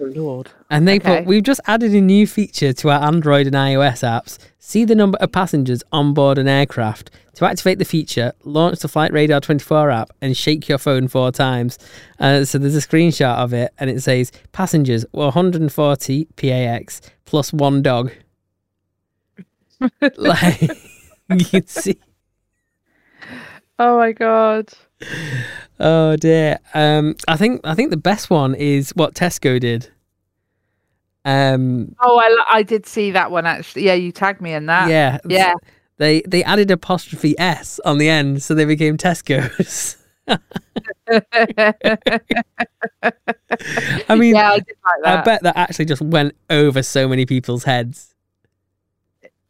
Oh, Lord. and they Okay. put we've just added a new feature to our Android and iOS apps. See the number of passengers on board an aircraft. To activate the feature, launch the Flight Radar 24 app and shake your phone four times. Uh, so there's a screenshot of it, and it says passengers 140 PAX plus one dog. like you can see. Oh, my God. Oh dear. Um, I think I think the best one is what Tesco did. Um, Oh, I, li- I did see that one actually. Yeah, you tagged me in that. yeah, th- Ah, Yeah. They they added apostrophe s on the end, so they became Tesco's. I mean, yeah, I did like that. I bet that actually just went over so many people's heads.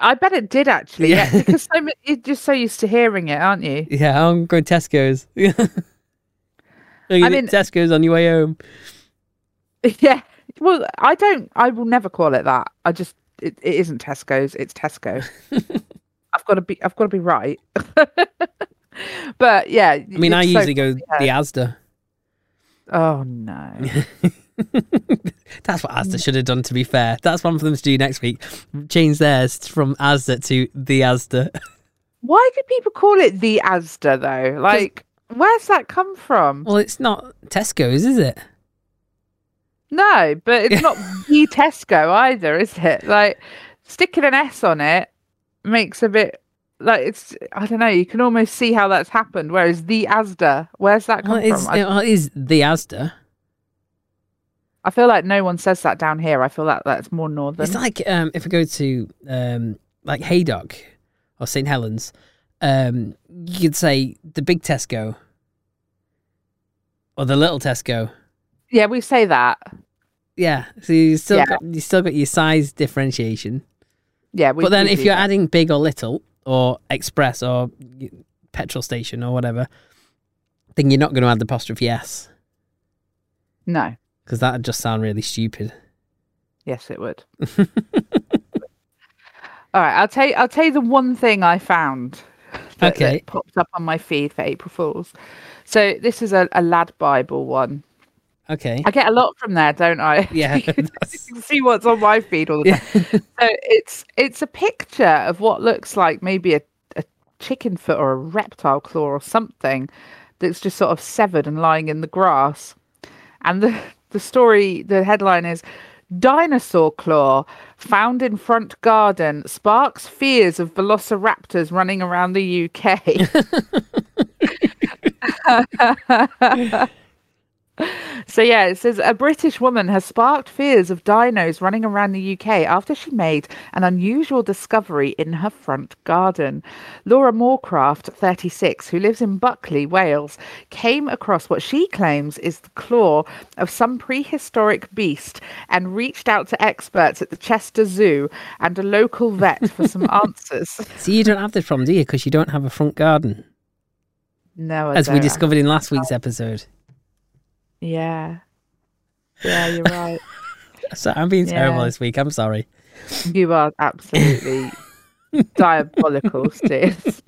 I bet it did actually. Yeah, Yeah. because so, ma- you're just so used to hearing it, aren't you? Yeah, I'm going Tesco's. I mean- Tesco's on your way home. Yeah. Well, I don't. I will never call it that. I just. It, it isn't Tesco's. It's Tesco. I've got to be. I've got to be right. but yeah. I mean, I usually go the Asda. Oh no. That's what Asda should have done. To be fair, that's one for them to do next week. Change theirs from Asda to the Asda. Why do people call it the Asda though? Like, where's that come from? Well, it's not Tesco's, is it? No, but it's not the Tesco either, is it? Like sticking an S on it makes a bit like it's I don't know, you can almost see how that's happened. Whereas the Asda, where's that Well, come it's, from? I, it well, it is the Asda. I feel like no one says that down here. I feel that that's more northern. It's like um, if I go to um, like Haydock or St Helens, um, you could say the big Tesco or the little Tesco. Yeah, we say that. Yeah, so you still Yeah. got you still got your size differentiation. Yeah, we but then we if do you're that. adding big or little or express or y- petrol station or whatever, then you're not going to add the apostrophe s No. because that would just sound really stupid. Yes it would. All right, I'll tell you I'll tell you the one thing I found that, Okay. that popped up on my feed for April Fools. So this is a, a lad Bible one. Okay. I get a lot from there, don't I? Yeah, you that's- can see what's on my feed all the time. so it's it's a picture of what looks like maybe a, a chicken foot or a reptile claw or something that's just sort of severed and lying in the grass. And the the story, the headline is Dinosaur claw found in front garden sparks fears of velociraptors running around the UK. So yeah, it says a British woman has sparked fears of dinos running around the UK after she made an unusual discovery in her front garden. Laura Moorcraft, 36, who lives in Buckley, Wales, came across what she claims is the claw of some prehistoric beast and reached out to experts at the Chester Zoo and a local vet for some answers. See, you don't have this problem, do you? Because you don't have a front garden, No, I as we don't. discovered in last week's episode. Yeah. Yeah, you're right. So I'm being terrible Yeah. this week. I'm sorry. You are absolutely diabolical, sis.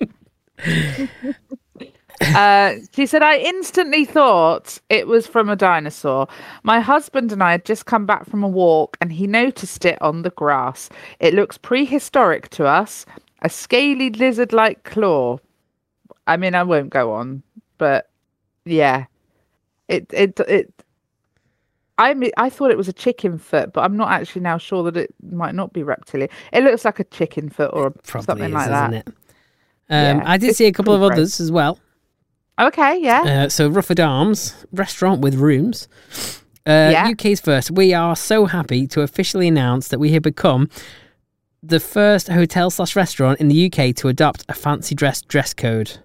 Uh, she said, I instantly thought it was from a dinosaur. My husband and I had just come back from a walk and he noticed it on the grass. It looks prehistoric to us, a scaly lizard like claw. I mean, I won't go on, but yeah. It, it, it, I mean, I thought it was a chicken foot, but I'm not actually now sure that it might not be reptilian. It looks like a chicken foot or Probably something is, like that. isn't it? Um, Yeah. I did It's see a couple of pretty gross. others as well. Okay, yeah. Uh, so Rufford Arms restaurant with rooms. Uh, Yeah. UK's first. We are so happy to officially announce that we have become the first hotel slash restaurant in the UK to adopt a fancy dress dress code.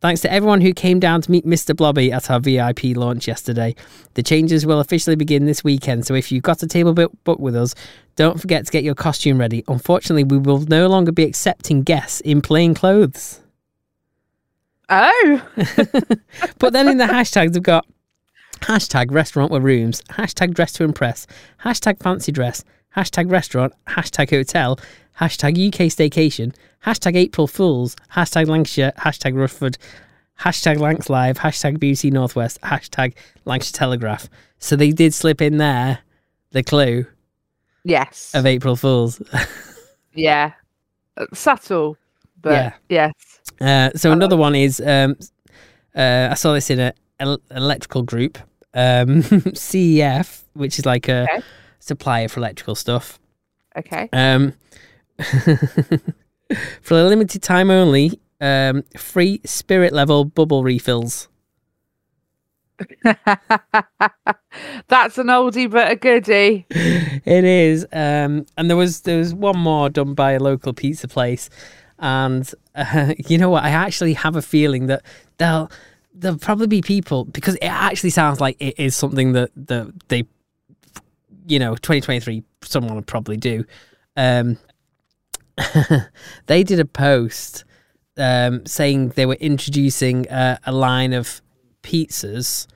Thanks to everyone who came down to meet Mr. Blobby at our VIP launch yesterday. The changes will officially begin this weekend, so if you've got a table bu- booked with us, don't forget to get your costume ready. Unfortunately, we will no longer be accepting guests in plain clothes. Oh, But then in the hashtags, we've got hashtag restaurant with rooms, hashtag dress to impress, hashtag fancy dress, hashtag restaurant, hashtag hotel, hashtag UK staycation, hashtag April Fools, hashtag Lancashire, hashtag Rufford, hashtag Lanx Live, hashtag Beauty Northwest, hashtag Lancashire Telegraph. So they did slip in there the clue yes. of April Fools. Yeah. Uh, Subtle, but Yeah. yes. Uh, so another one is um, uh, I saw this in a el- electrical group, um, CEF, which is like a Okay. supplier for electrical stuff. Okay. Um, for a limited time only, um, free spirit level bubble refills. That's an oldie but a goodie. It is, um, and there was there was one more done by a local pizza place, and uh, you know what? I actually have a feeling that there'll there'll probably be people because it actually sounds like it is something that that they, you know, twenty twenty three someone would probably do. Um, they did a post um, saying they were introducing uh, a line of pizzas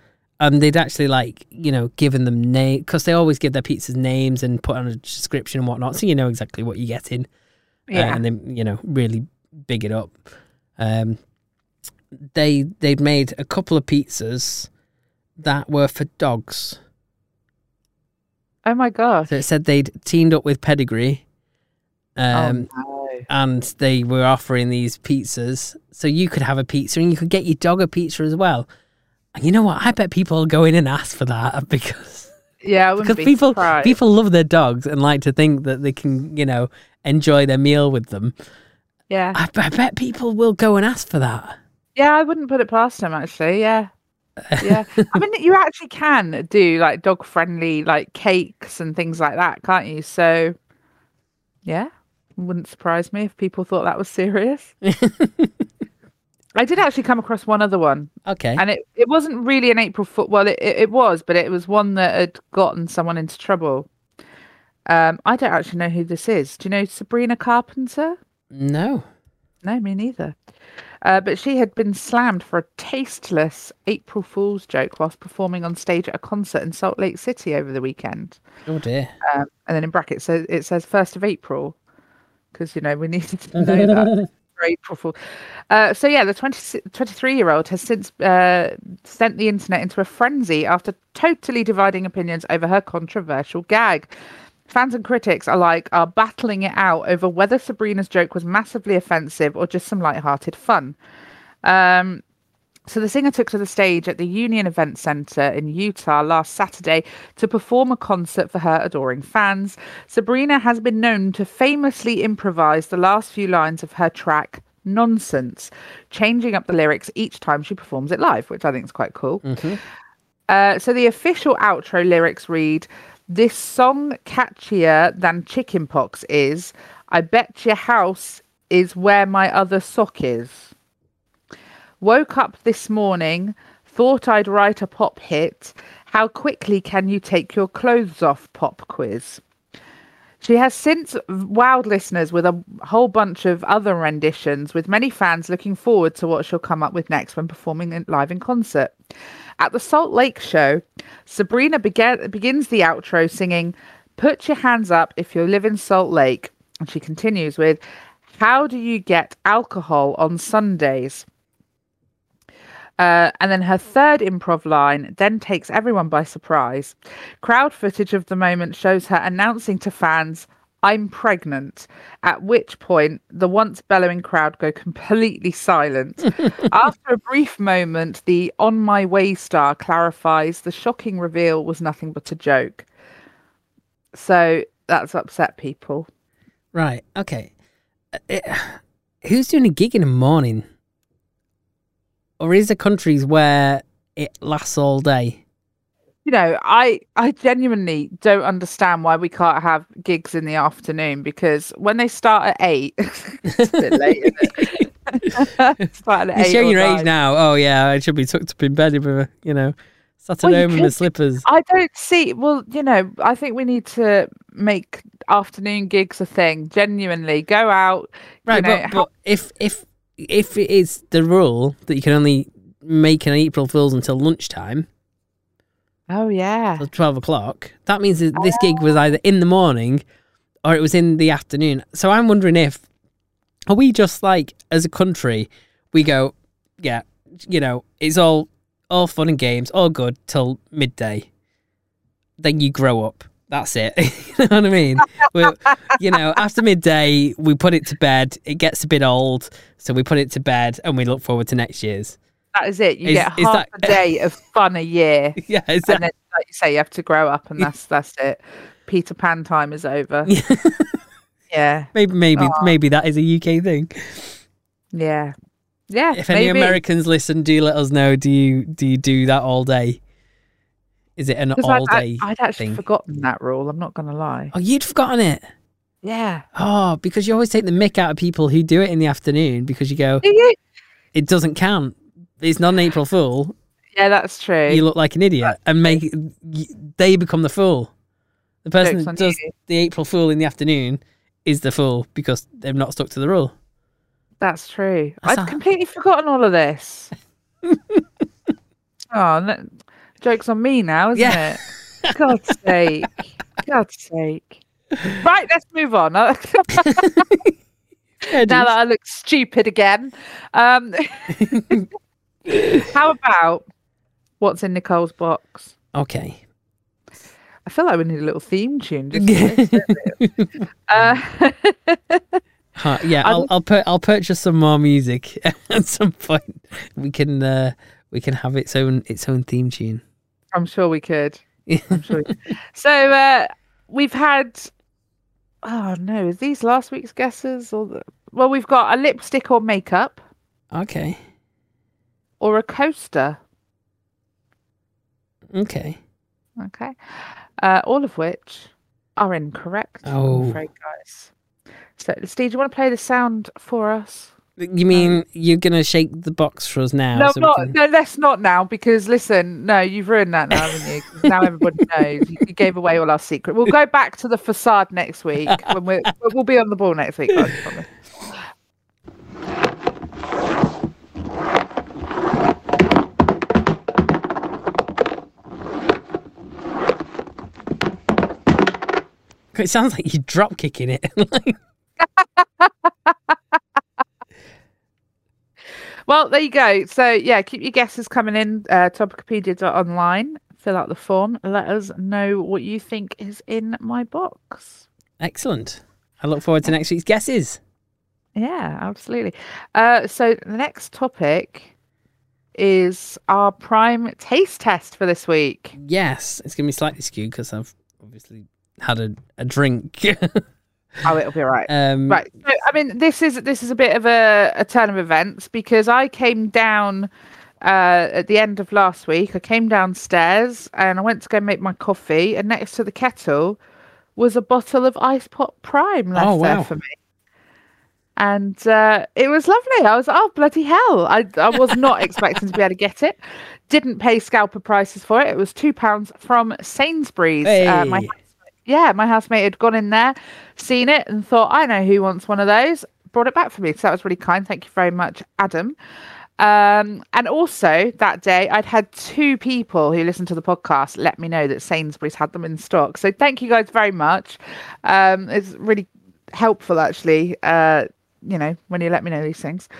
and Um, they'd actually like you know given them name because they always give their pizzas names and put on a description and whatnot so you know exactly what you're getting uh, Yeah. and then you know really big it up um they they'd made a couple of pizzas that were for dogs Oh my gosh. so it said they'd teamed up with pedigree um oh, no. and they were offering these pizzas. So you could have a pizza and you could get your dog a pizza as well. And you know what? I bet people will go in and ask for that because Yeah, I because wouldn't be people surprised. people love their dogs and like to think that they can, you know, enjoy their meal with them. Yeah. I, I bet people will go and ask for that. Yeah, I wouldn't put it past them actually. Yeah. Yeah. I mean, you actually can do like dog friendly like cakes and things like that, can't you? So, yeah, wouldn't surprise me if people thought that was serious. I did actually come across one other one Okay. and it, it wasn't really an April Fool. Well, it, it, it was, but it was one that had gotten someone into trouble. Um, I don't actually know who this is. Do you know Sabrina Carpenter? no. No, me neither. Uh, but she had been slammed for a tasteless April Fool's joke whilst performing on stage at a concert in Salt Lake City over the weekend. Oh dear. Um, and then in brackets, so it says 1st of April because, you know, we needed to know that. for April Fool. Uh, so, yeah, the 20, 23 year old has since uh, sent the internet into a frenzy after totally dividing opinions over her controversial gag. Fans and critics alike are battling it out over whether Sabrina's joke was massively offensive or just some light-hearted fun. Um, so the singer took to the stage at the Union Event Center in Utah last Saturday to perform a concert for her adoring fans. Sabrina has been known to famously improvise the last few lines of her track Nonsense, changing up the lyrics each time she performs it live, which I think is quite cool. Uh, so the official outro lyrics read This song catchier than chickenpox is. I bet your house is where my other sock is. Woke up this morning, thought I'd write a pop hit. How quickly can you take your clothes off? Pop quiz. She has since wowed listeners with a whole bunch of other renditions, with many fans looking forward to what she'll come up with next when performing in, live in concert. At the Salt Lake show, Sabrina bega- begins the outro singing, Put your hands up if you live in Salt Lake. And she continues with, How do you get alcohol on Sundays? Uh, and then her third improv line then takes everyone by surprise. Crowd footage of the moment shows her announcing to fans, I'm pregnant, at which point the once bellowing crowd go completely silent. After a brief moment, the On My Way star clarifies the shocking reveal was nothing but a joke. So that's upset people. Right. Okay. Uh, it- who's doing a gig in the morning? Or is there countries where it lasts all day? you know, I I genuinely don't understand why we can't have gigs in the afternoon because when they start at eight, it's a bit late. Isn't it? start at You eight show or your age nine. now. Oh yeah, I should be tucked up in bed with a, you know, sat at Well, you home in my could- slippers. I don't see. Well, you know, I think we need to make afternoon gigs a thing. Genuinely, go out. you Right, know, but, ha- but if if if it is the rule that you can only make an April Fool's until lunchtime, oh yeah, till twelve o'clock, that means that this gig was either in the morning or it was in the afternoon. So I'm wondering if are we just like as a country, we go, yeah, you know, it's all all fun and games, all good till midday. Then you grow up. That's it. you know what I mean? We're, you know, after midday, we put it to bed. It gets a bit old, so we put it to bed, and we look forward to next year's. that is it. You Is- get is half that- a day of fun a year, Yeah, is and that then, like you say, you have to grow up, and that's that's it. Peter Pan time is over. yeah. maybe maybe Aw. maybe that is a UK thing. Yeah. Yeah. if any maybe. Americans listen, do let us know. Do you do you do that all day? Is it an 'Cause all I'd, day? I'd, I'd actually thing. forgotten that rule. I'm not going to lie. oh, you'd forgotten it. Yeah. Oh, because you always take the mick out of people who do it in the afternoon because you go, Do you? it doesn't count. It's not an April Fool. Yeah, that's true. You look like an idiot, and make y- they become the fool. The person Joke's that on does you. the April Fool in the afternoon is the fool because they've not stuck to the rule. That's true. That's I'd a- completely forgotten all of this. oh, no, joke's on me now, isn't Yeah. it? God's sake. God's sake. Right, let's move on. now that Yeah, dude. I look stupid again. Um, how about what's in Nicole's box? okay. I feel like we need a little theme tune. Just for this, don't we? uh, Huh, yeah, I'd I'll I'll, pur- I'll purchase some more music at some point. We can uh, we can have its own its own theme tune. I'm sure we could. I'm sure. We could. So uh, we've had. Oh no! Is these last week's guesses or the? Well, we've got a lipstick or makeup Okay, or a coaster. okay. Okay, uh, all of which are incorrect. Oh. I'm afraid, guys. So, Steve, do you want to play the sound for us? You mean you're gonna shake the box for us now? No, so we not can- no. Let's not now because listen, no, you've ruined that now, haven't you? 'Cause Now everybody knows you, you gave away all our secret. We'll go back to the facade next week when we're we'll- we'll be on the ball next week. guys, I promise. It sounds like you're drop kicking it. Like, Well, there you go. So yeah, keep your guesses coming in. Uh, topicopedia.online. Fill out the form. Let us know what you think is in my box. Excellent. I look forward to next week's guesses. Yeah, absolutely. Uh, so the next topic is our prime taste test for this week. Yes, it's gonna be slightly skewed because I've obviously had a, a drink. Oh, it'll be all right. um, Right. So, I mean, this is this is a bit of a, a turn of events because I came down uh, at the end of last week. I came downstairs and I went to go make my coffee, and next to the kettle was a bottle of Ice Pot Prime left Oh, wow. there for me. And uh, it was lovely. I was oh bloody hell! I I was not expecting to be able to get it. Didn't pay scalper prices for it. It was two pounds from Sainsbury's. Uh, my Hey. housemate- yeah, my housemate had gone in there, seen it, and thought, I know who wants one of those. Brought it back for me. So that was really kind. Thank you very much, Adam. Um, and also that day, I'd had two people who listened to the podcast let me know that Sainsbury's had them in stock. So thank you guys very much. Um, it's really helpful, actually. Uh, you know, when you let me know these things.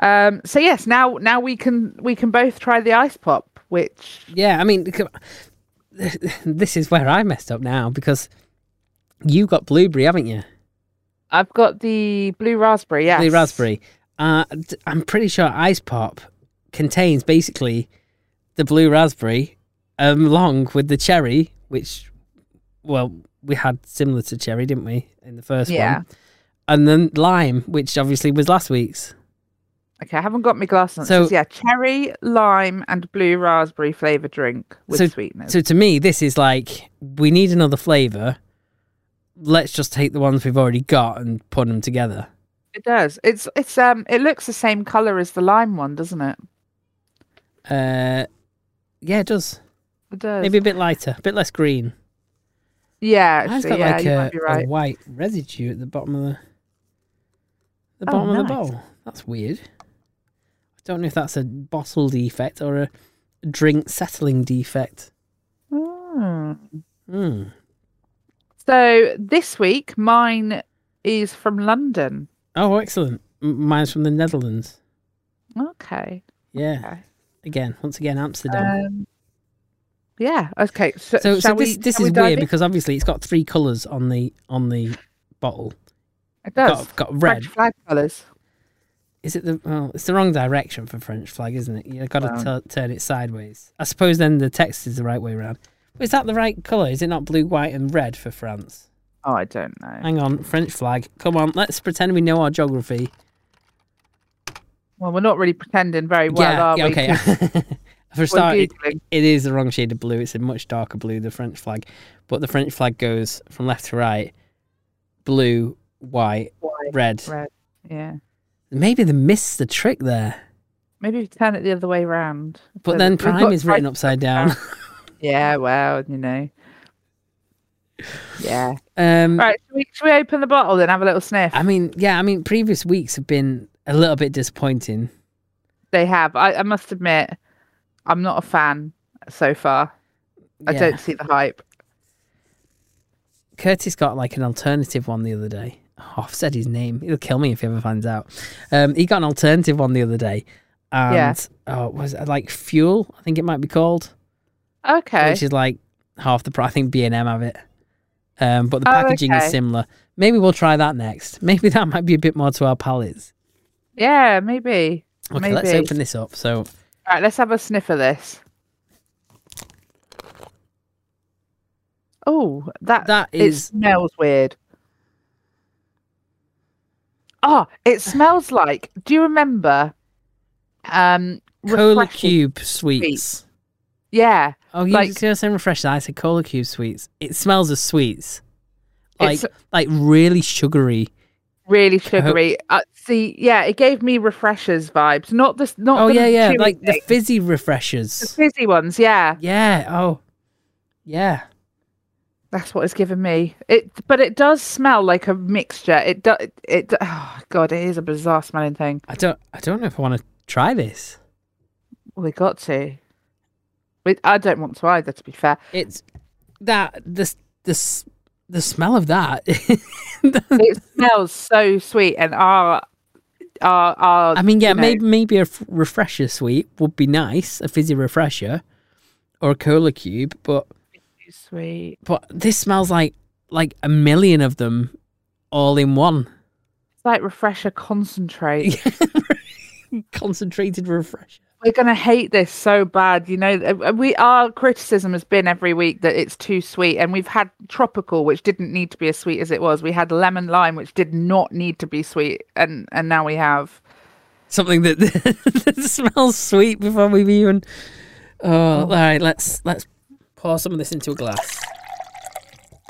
Um, so yes, now now we can we can both try the ice pop, which Yeah, I mean, c- this is where I messed up now because you got blueberry, haven't you? I've got the blue raspberry. Yes, Blue raspberry. Uh, d- I'm pretty sure ice pop contains basically the blue raspberry um, along with the cherry, which, well, we had similar to cherry, didn't we, in the first Yeah. one? And then lime, which obviously was last week's. Okay, I haven't got my glass on. So- So yeah, cherry, lime, and blue raspberry flavored drink with so, sweeteners. So to me, this is like we need another flavour. Let's just take the ones we've already got and put them together. it does. It's it's um it looks the same color as the lime one, doesn't it? Uh, yeah, it does. It does. Maybe a bit lighter, a bit less green. yeah, Mine's actually, got yeah, like you a, might be a right. white residue at the bottom of the the Oh, bottom of the nice. bowl. That's weird. I don't know if that's a bottle defect or a drink settling defect. Mm. Hmm. So this week mine is from London. Oh, excellent. M- Mine's from the Netherlands. Okay. Yeah. Okay. Again, once again, Amsterdam. Um, yeah. Okay. so, So, so shall this we, this shall we is dive weird in? because obviously it's got three colours on the on the bottle. it does Got, got red. French flag colors. Is it the? Well, it's the wrong direction for French flag, isn't it? You've got to Well. t- turn it sideways. I suppose then the text is the right way around. Is that the right colour? Is it not blue, white, and red for France? Oh, I don't know. Hang on, French flag. Come on, let's pretend we know our geography. Well, we're not really pretending very well, yeah, are yeah, we? okay. 'Cause for a we're start, it, Googling. it is the wrong shade of blue. It's a much darker blue, the French flag. But the French flag goes from left to right blue, white, Why? red. Red. Yeah. Maybe they missed the trick there. Maybe we turn it the other way around. But So then we've got prime is written upside down. Um, Yeah, well, you know. Yeah. Um, Right. Should we, shall we open the bottle then? Have a little sniff. I mean, yeah, I mean, previous weeks have been a little bit disappointing. They have. I, I must admit, I'm not a fan so far. I Yeah. don't see the hype. Curtis got like an alternative one the other day. Oh, I've said his name. He'll kill me if he ever finds out. Um, he got an alternative one the other day, and Yeah. oh, was it like fuel? I think it might be called, Okay. which is like half the price. I think B and M have it, um, but the Oh, packaging okay. is similar. Maybe we'll try that next. Maybe that might be a bit more to our palates. Yeah, maybe. Okay, let's Maybe. open this up. So All right, let's have a sniff of this. Oh, that That it is- smells weird. Oh, it smells like. Do you remember? Um, cola refreshing- cube sweets. Yeah, Oh, you Like- like, you're saying refresh. I said cola cube sweets. It smells of sweets, like It's- like really sugary. really sugary. Uh, see, yeah, it gave me refreshers vibes. Not the s- not. Oh the yeah, yeah, chewy like the thing, fizzy the refreshers. fizzy ones. Yeah, Yeah. Oh, yeah. That's what it's given me. It, but it does smell like a mixture. It does. It. do- Oh God, it is a bizarre smelling thing. I don't. I don't know if I want to try this. We got to. We, I don't want to either. To be fair, It's that this this the smell of that. it smells so sweet, and our, our, our. I mean, yeah, you know, maybe maybe a f- refresher sweet would be nice, a fizzy refresher, or a cola cube. But sweet. but this smells like like a million of them, all in one. It's like refresher concentrate. Concentrated refresher. We're gonna hate this so bad, you know. uh, We our criticism has been every week that it's too sweet, and we've had tropical, which didn't need to be as sweet as it was. We had lemon lime, which did not need to be sweet, and and now we have. something that, that smells sweet before we've even. Oh, all right. Let's let's pour some of this into a glass.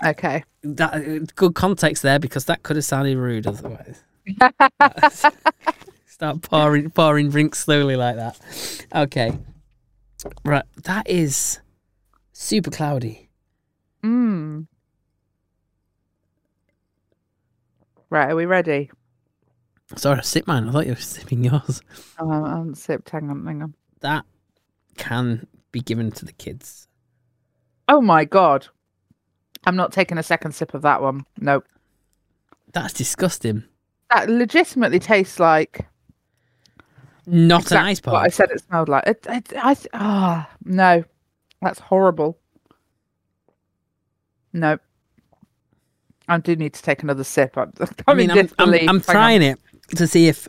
Okay, That good context there because that could have sounded rude otherwise. Start pouring pouring drinks slowly like that. Okay, right. That is super cloudy. mm, Right, are we ready? Sorry, I sipped mine. I thought you were sipping yours. Oh, I haven't sipped. Hang on, hang on. That can be given to the kids. Oh my god. I'm not taking a second sip of that one. Nope. That's disgusting. That legitimately tastes like Not an exactly ice what pop. I said it smelled like. It, it, I, ah, no. That's horrible. Nope. I do need to take another sip. I'm, I'm I mean, in I'm, disbelief. I'm, I'm Hang on. trying it to see if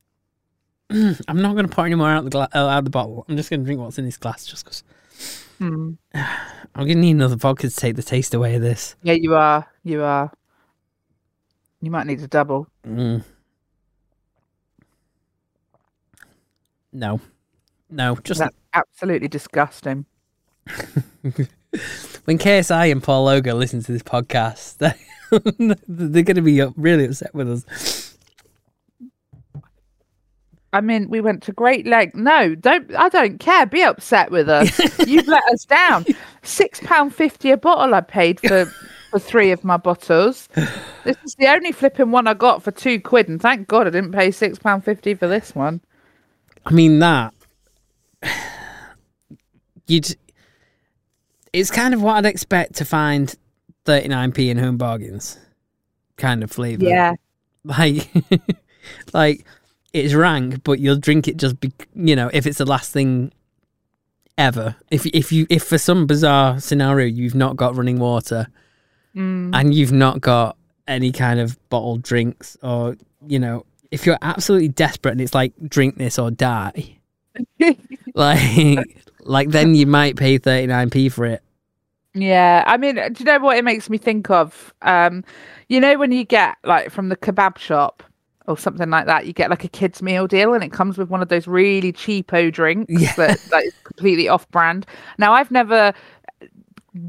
I'm not going to pour any more out the gla- uh, out the bottle. I'm just going to drink what's in this glass, just because Hmm. I'm going to need another vodka to take the taste away of this. Yeah, you are. You are. You might need a double. Mm. No, no, just That's absolutely disgusting. when KSI and Paul Logo listen to this podcast, they're, they're going to be up- really upset with us. I mean, we went to great length. No, don't. I don't care. Be upset with us. You've let us down. Six pound fifty a bottle. I paid for for three of my bottles. This is the only flipping one I got for two quid, and thank God I didn't pay six pound fifty for this one. I mean that you'd. It's kind of what I'd expect to find 39p in home bargains, kind of flavour. like like it's rank but you'll drink it just be you know if it's the last thing ever if if you if for some bizarre scenario you've not got running water Mm. and you've not got any kind of bottled drinks or you know if you're absolutely desperate and it's like drink this or die like like then you might pay 39p for it Yeah, I mean, do you know what it makes me think of? Um, you know when you get like from the kebab shop or something like that, you get like a kids meal deal, and it comes with one of those really cheapo drinks Yeah. that that is completely off brand. Now I've never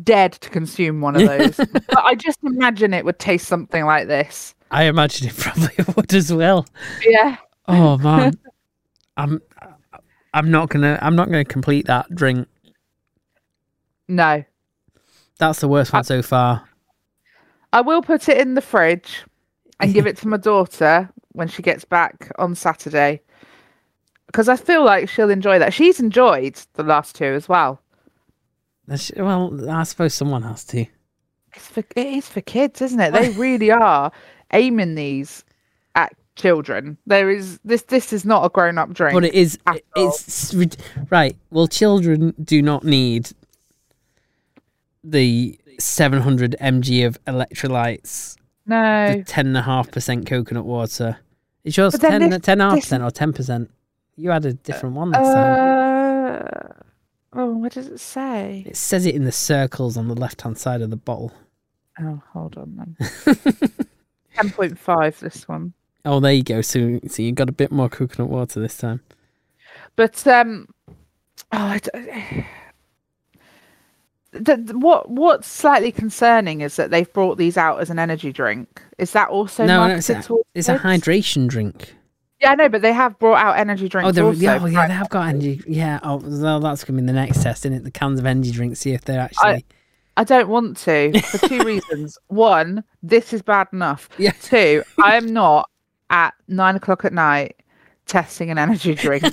dared to consume one of those, but I just imagine it would taste something like this. i imagine it probably would as well Yeah, Oh man, I'm I'm not gonna I'm not gonna complete that drink. no, That's the worst one so far. I will put it in the fridge and give it to my daughter when she gets back on Saturday. Because I feel like she'll enjoy that. She's enjoyed the last two as well. That's- Well, I suppose someone has to. It's for, it is for kids, isn't it? They really are aiming these at children. There is this. This is not a grown-up drink. But it is At all. it's rid- right. Well, children do not need the 700 mg of electrolytes, the no, 10.5% coconut water. Is yours But then 10 this- 10.5% or 10%? You had a different one last time. uh, oh, what does it say? It says it in the circles on the left-hand side of the bottle. Oh, hold on then. Ten point five. This one. Oh, there you go. So, so you got a bit more coconut water this time. But um, oh, I d- the, the- what what's slightly concerning is that they've brought these out as an energy drink. Is that also no, no, marketed it's a, towards it's a kids? hydration drink. Yeah, I know, but they have brought out energy drinks. Oh, they're, also, yeah, oh, yeah, right. they have got energy. Yeah, oh, well, that's gonna be the next test, isn't it? The cans of energy drinks, see if they're actually. I don't want to for two reasons. One, this is bad enough. Yeah. Two, I am not at nine o'clock at night testing an energy drink.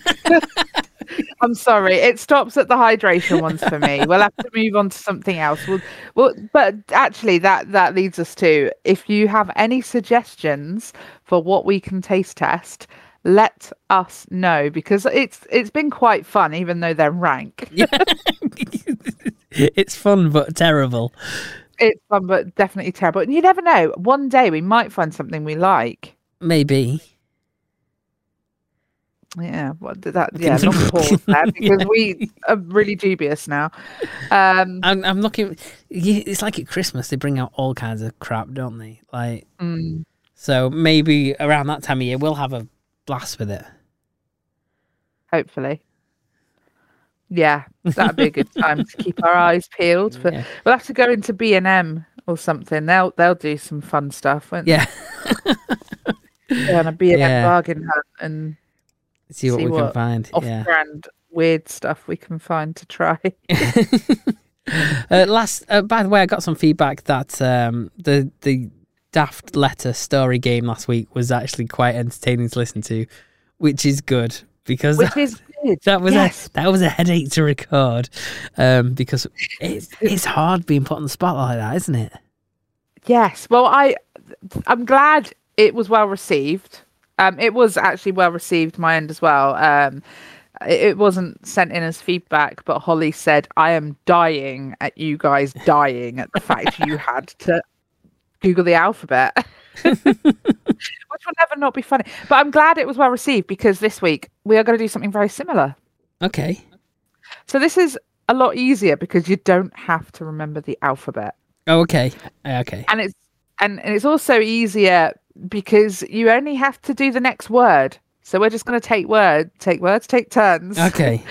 I'm sorry, it stops at the hydration ones for me. We'll have to move on to something else. We'll, well, but actually, that that leads us to if you have any suggestions for what we can taste test. Let us know because it's it's been quite fun, even though they're rank. it's fun but terrible. It's fun, but definitely terrible. And you never know. One day we might find something we like. Maybe. Yeah, what did that? Yeah, long pause there because we are really dubious now. Um, I'm, I'm looking. y- It's like at Christmas, they bring out all kinds of crap, don't they? Like, mm, so maybe around that time of year, we'll have a blast with it. hopefully, yeah, that'd be a good time to keep our eyes peeled. For Yeah. we'll have to go into B and M or something. They'll they'll do some fun stuff. Won't Yeah. they? Go on a B and M Yeah. bargain hunt and See what See we can what Oh. find. off yeah. brand weird stuff we can find to try. Uh, last, uh, by the way, I got some feedback that um, the the daft letter story game last week was actually quite entertaining to listen to, which is good because Which is good. that was yes. a that was a headache to record um, because it's it's hard being put on the spot like that, isn't it? Yes. Well, I I'm glad it was well received. Um, it was actually well received my end as well. Um, it, it wasn't sent in as feedback, but Holly said, "I am dying at you guys dying at the fact you had to Google the alphabet," which will never not be funny. But I'm glad it was well received because this week we are going to do something very similar. Okay. So this is a lot easier because you don't have to remember the alphabet. Oh, okay. Uh, Okay. and it's and, and it's also easier because you only have to do the next word so we're just going to take word take words take turns Okay.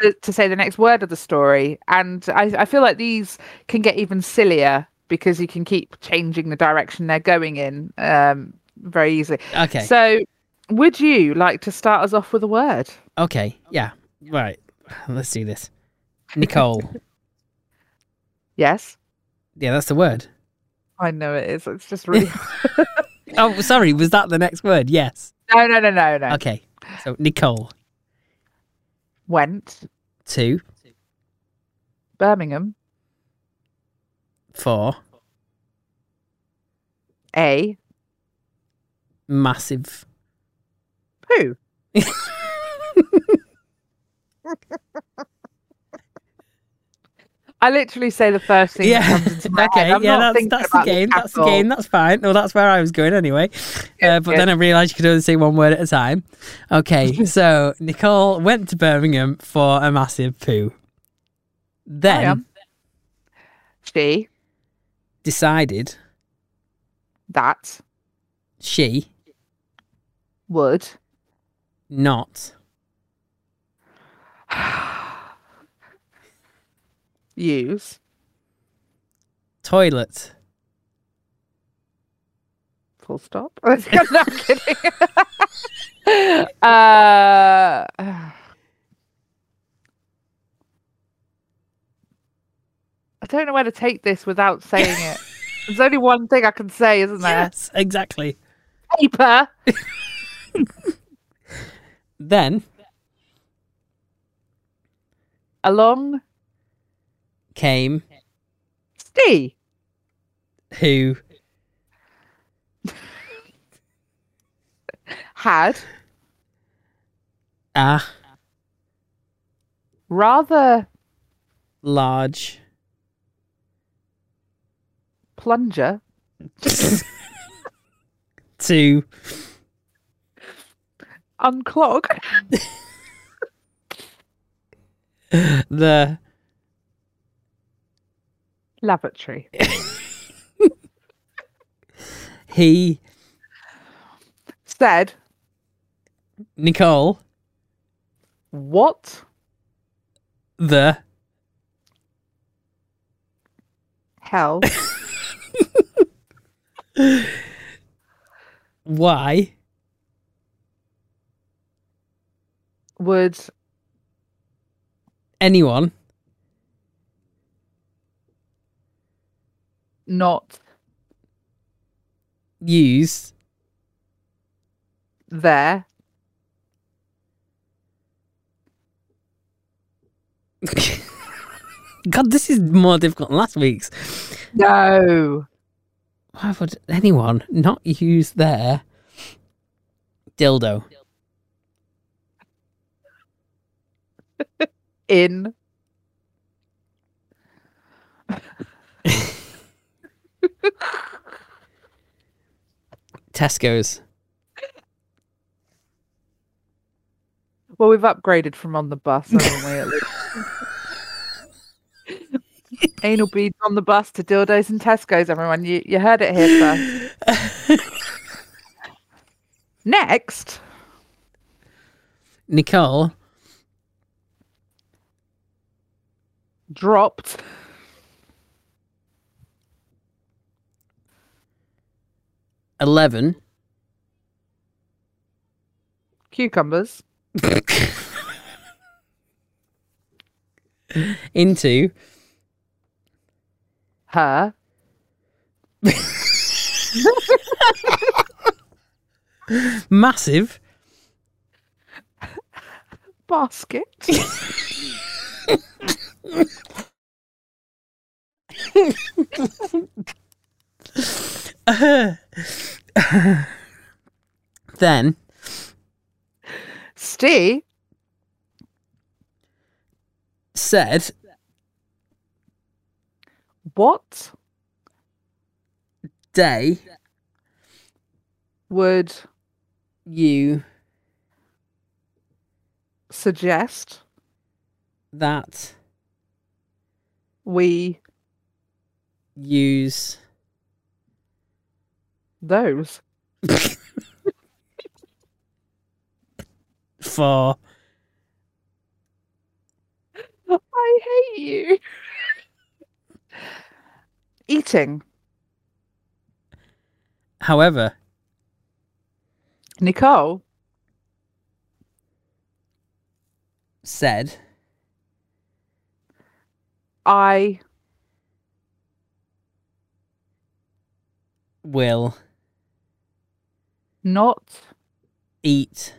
to, to say the next word of the story and I, I feel like these can get even sillier because you can keep changing the direction they're going in um, very easily Okay. so would you like to start us off with a word okay. Yeah. Right. Let's do this. Nicole. yes yeah, that's the word. i know it is it's just really Oh, sorry. Was that the next word? Yes. no no no no no Okay. So Nicole went two birmingham four a massive. poo I literally say the first thing yeah. that comes into my okay. head. I'm Yeah. That's not thinking that's the about game. That's the at all. game. That's fine. Well, that's where I was going anyway. Uh, but good. then I realised you could only say one word at a time. Okay. so Nicole went to Birmingham for a massive poo. Then am. She, decided that, she would. not Use toilet full stop. I'm not kidding. uh, I don't know where to take this without saying it. There's only one thing I can say, isn't there? Yes, exactly. Paper. Then Along came Steve. who had a rather large plunger to unclog the lavatory. he Said Nicole what the hell why would anyone not use there God, this is more difficult than last week's. no Why would anyone not use their dildo in Tesco's? well we've upgraded from on the bus haven't we at least anal beads on the bus to dildos and tesco's everyone you, you heard it here first next Nicole dropped eleven cucumbers into her Massive. Basket. Then Steve. said What day would you suggest that we use those? for I hate you. Eating. however Nicole. said I will not eat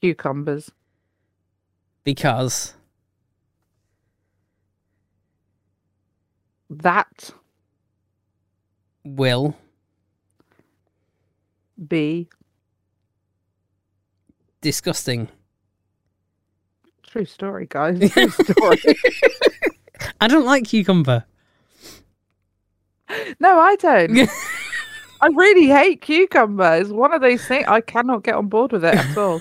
cucumbers because that will be disgusting true story, guys. True story. I don't like cucumber no, I don't. I really hate cucumber. It's one of those things I cannot get on board with it at all.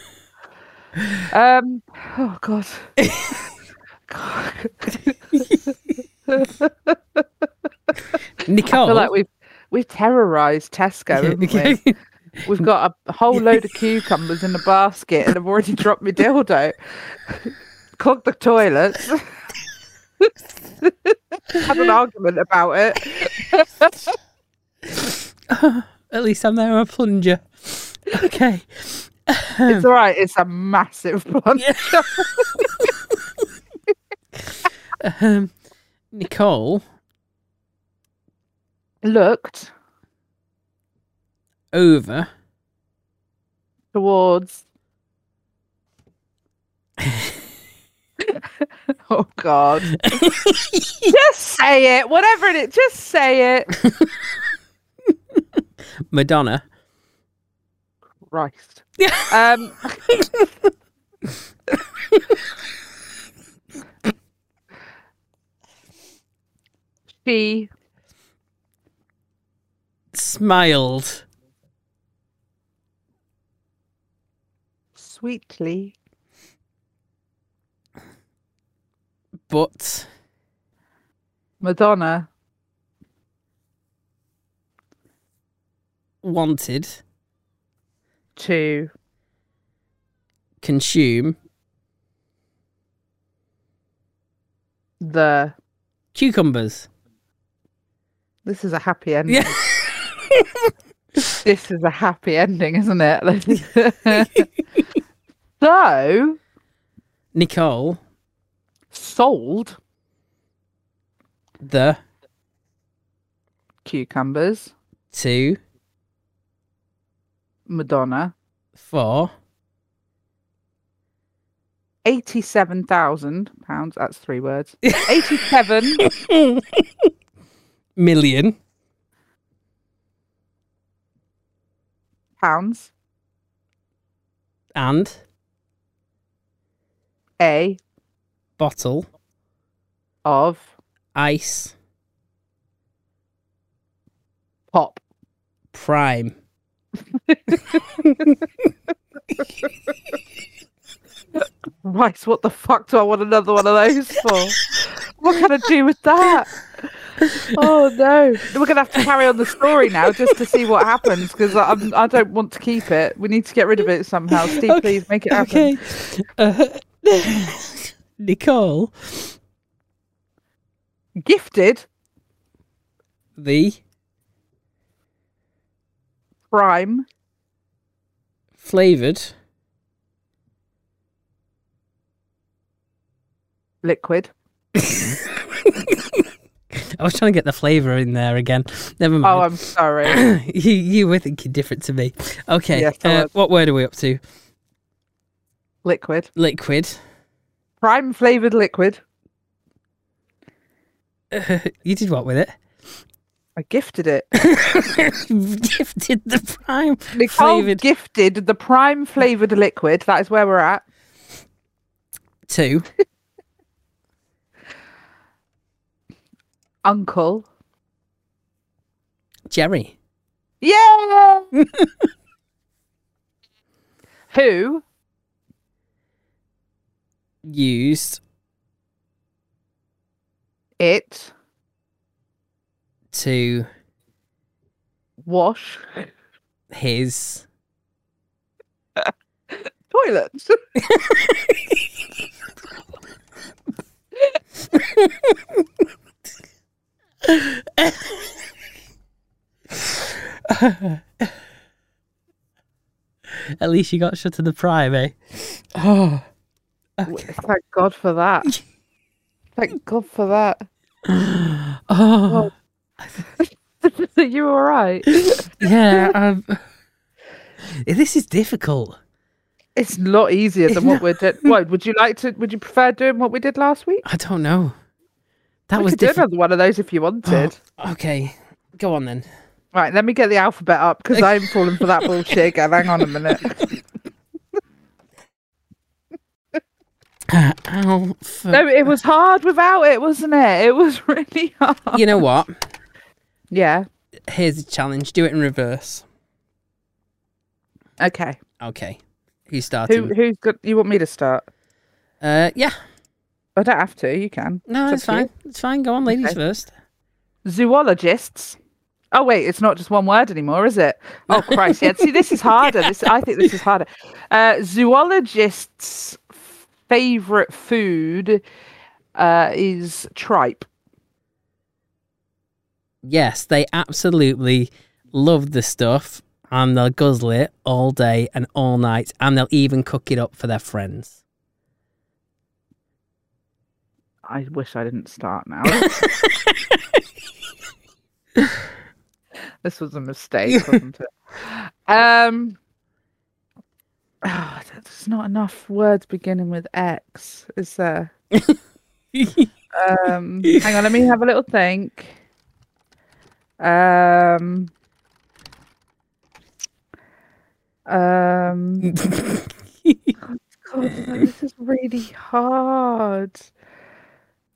Um. Oh God. God. I Nicole feel like we've we've terrorized Tesco, haven't we? We've got a whole load of cucumbers in a basket, and I've already dropped my dildo. Clogged the toilets. Had an argument about it. at least I'm there on a plunger okay It's all right. It's a massive blunt. um, Nicole Looked over towards. oh God! just say it. Whatever it is, just say it. Madonna Christ. Um. she smiled sweetly but Madonna wanted to consume the. cucumbers This is a happy ending. Yeah. this is a happy ending, isn't it? so Nicole sold the cucumbers, two Madonna, four eighty-seven thousand pounds. That's three words. Eighty-seven million pounds. and A bottle of ice pop. prime Right, what the fuck do I want another one of those for? what can I do with that? Oh no, we're gonna have to carry on the story now just to see what happens because I I'm- I don't want to keep it. We need to get rid of it somehow. Steve, Okay, please make it happen. okay uh, Nicole Gifted the prime flavored liquid I was trying to get the flavour in there again. Never Oh, mind. I'm sorry. you you were thinking different to me. Okay. Yes, I uh, was. what word are we up to? liquid. Liquid. Prime flavoured liquid. you did what with it? I gifted it. Gifted the prime Nicole Flavoured. gifted the prime flavoured liquid. That is where we're at. two. Uncle. Jerry. Yeah. Who used it to wash his toilets? at least you got shut to the prime eh Thank God for that. Thank God for that. oh Are you all right? yeah um, this is difficult It's a lot easier than what we're doing. What would you like to? Would you prefer doing what we did last week? i don't know that we was Oh. could do difficult another one of those if you wanted. okay go on then Right, let me get the alphabet up because I'm falling for that bullshit again. Hang on a minute. uh, alpha- No, it was hard without it, wasn't it? It was really hard. you know what Yeah. here's a challenge do it in reverse Okay. okay who's Who starting who's got? You want me to start? uh yeah I don't have to. You can. no up it's to you. fine it's fine go on ladies Okay. first Zoologists. Oh wait, it's not just one word anymore, is it? Oh Christ! Yeah. See, this is harder. This I think this is harder. Uh, zoologists' favorite food uh, is tripe. Yes, they absolutely love the stuff and they'll guzzle it all day and all night and they'll even cook it up for their friends. I wish I didn't start now. this was a mistake, wasn't it? Um, ah, there's not enough words beginning with X, is there? um, hang on, let me have a little think. Um, um, God, no, this is really hard.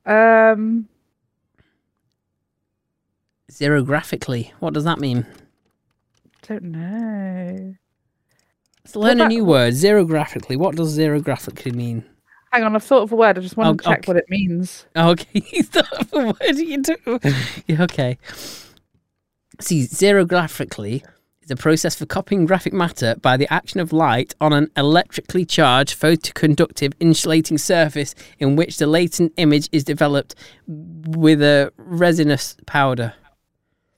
Um, Zerographically, what does that mean? don't know. Let's learn a about- new word. Zerographically, what does zerographically mean? Hang on, I've thought of a word. I just want Oh, to check okay. what it means. Oh, okay, he's not a word you do. Yeah, okay. See, zerographically is a process for copying graphic matter by the action of light on an electrically charged photoconductive insulating surface in which the latent image is developed with a resinous powder.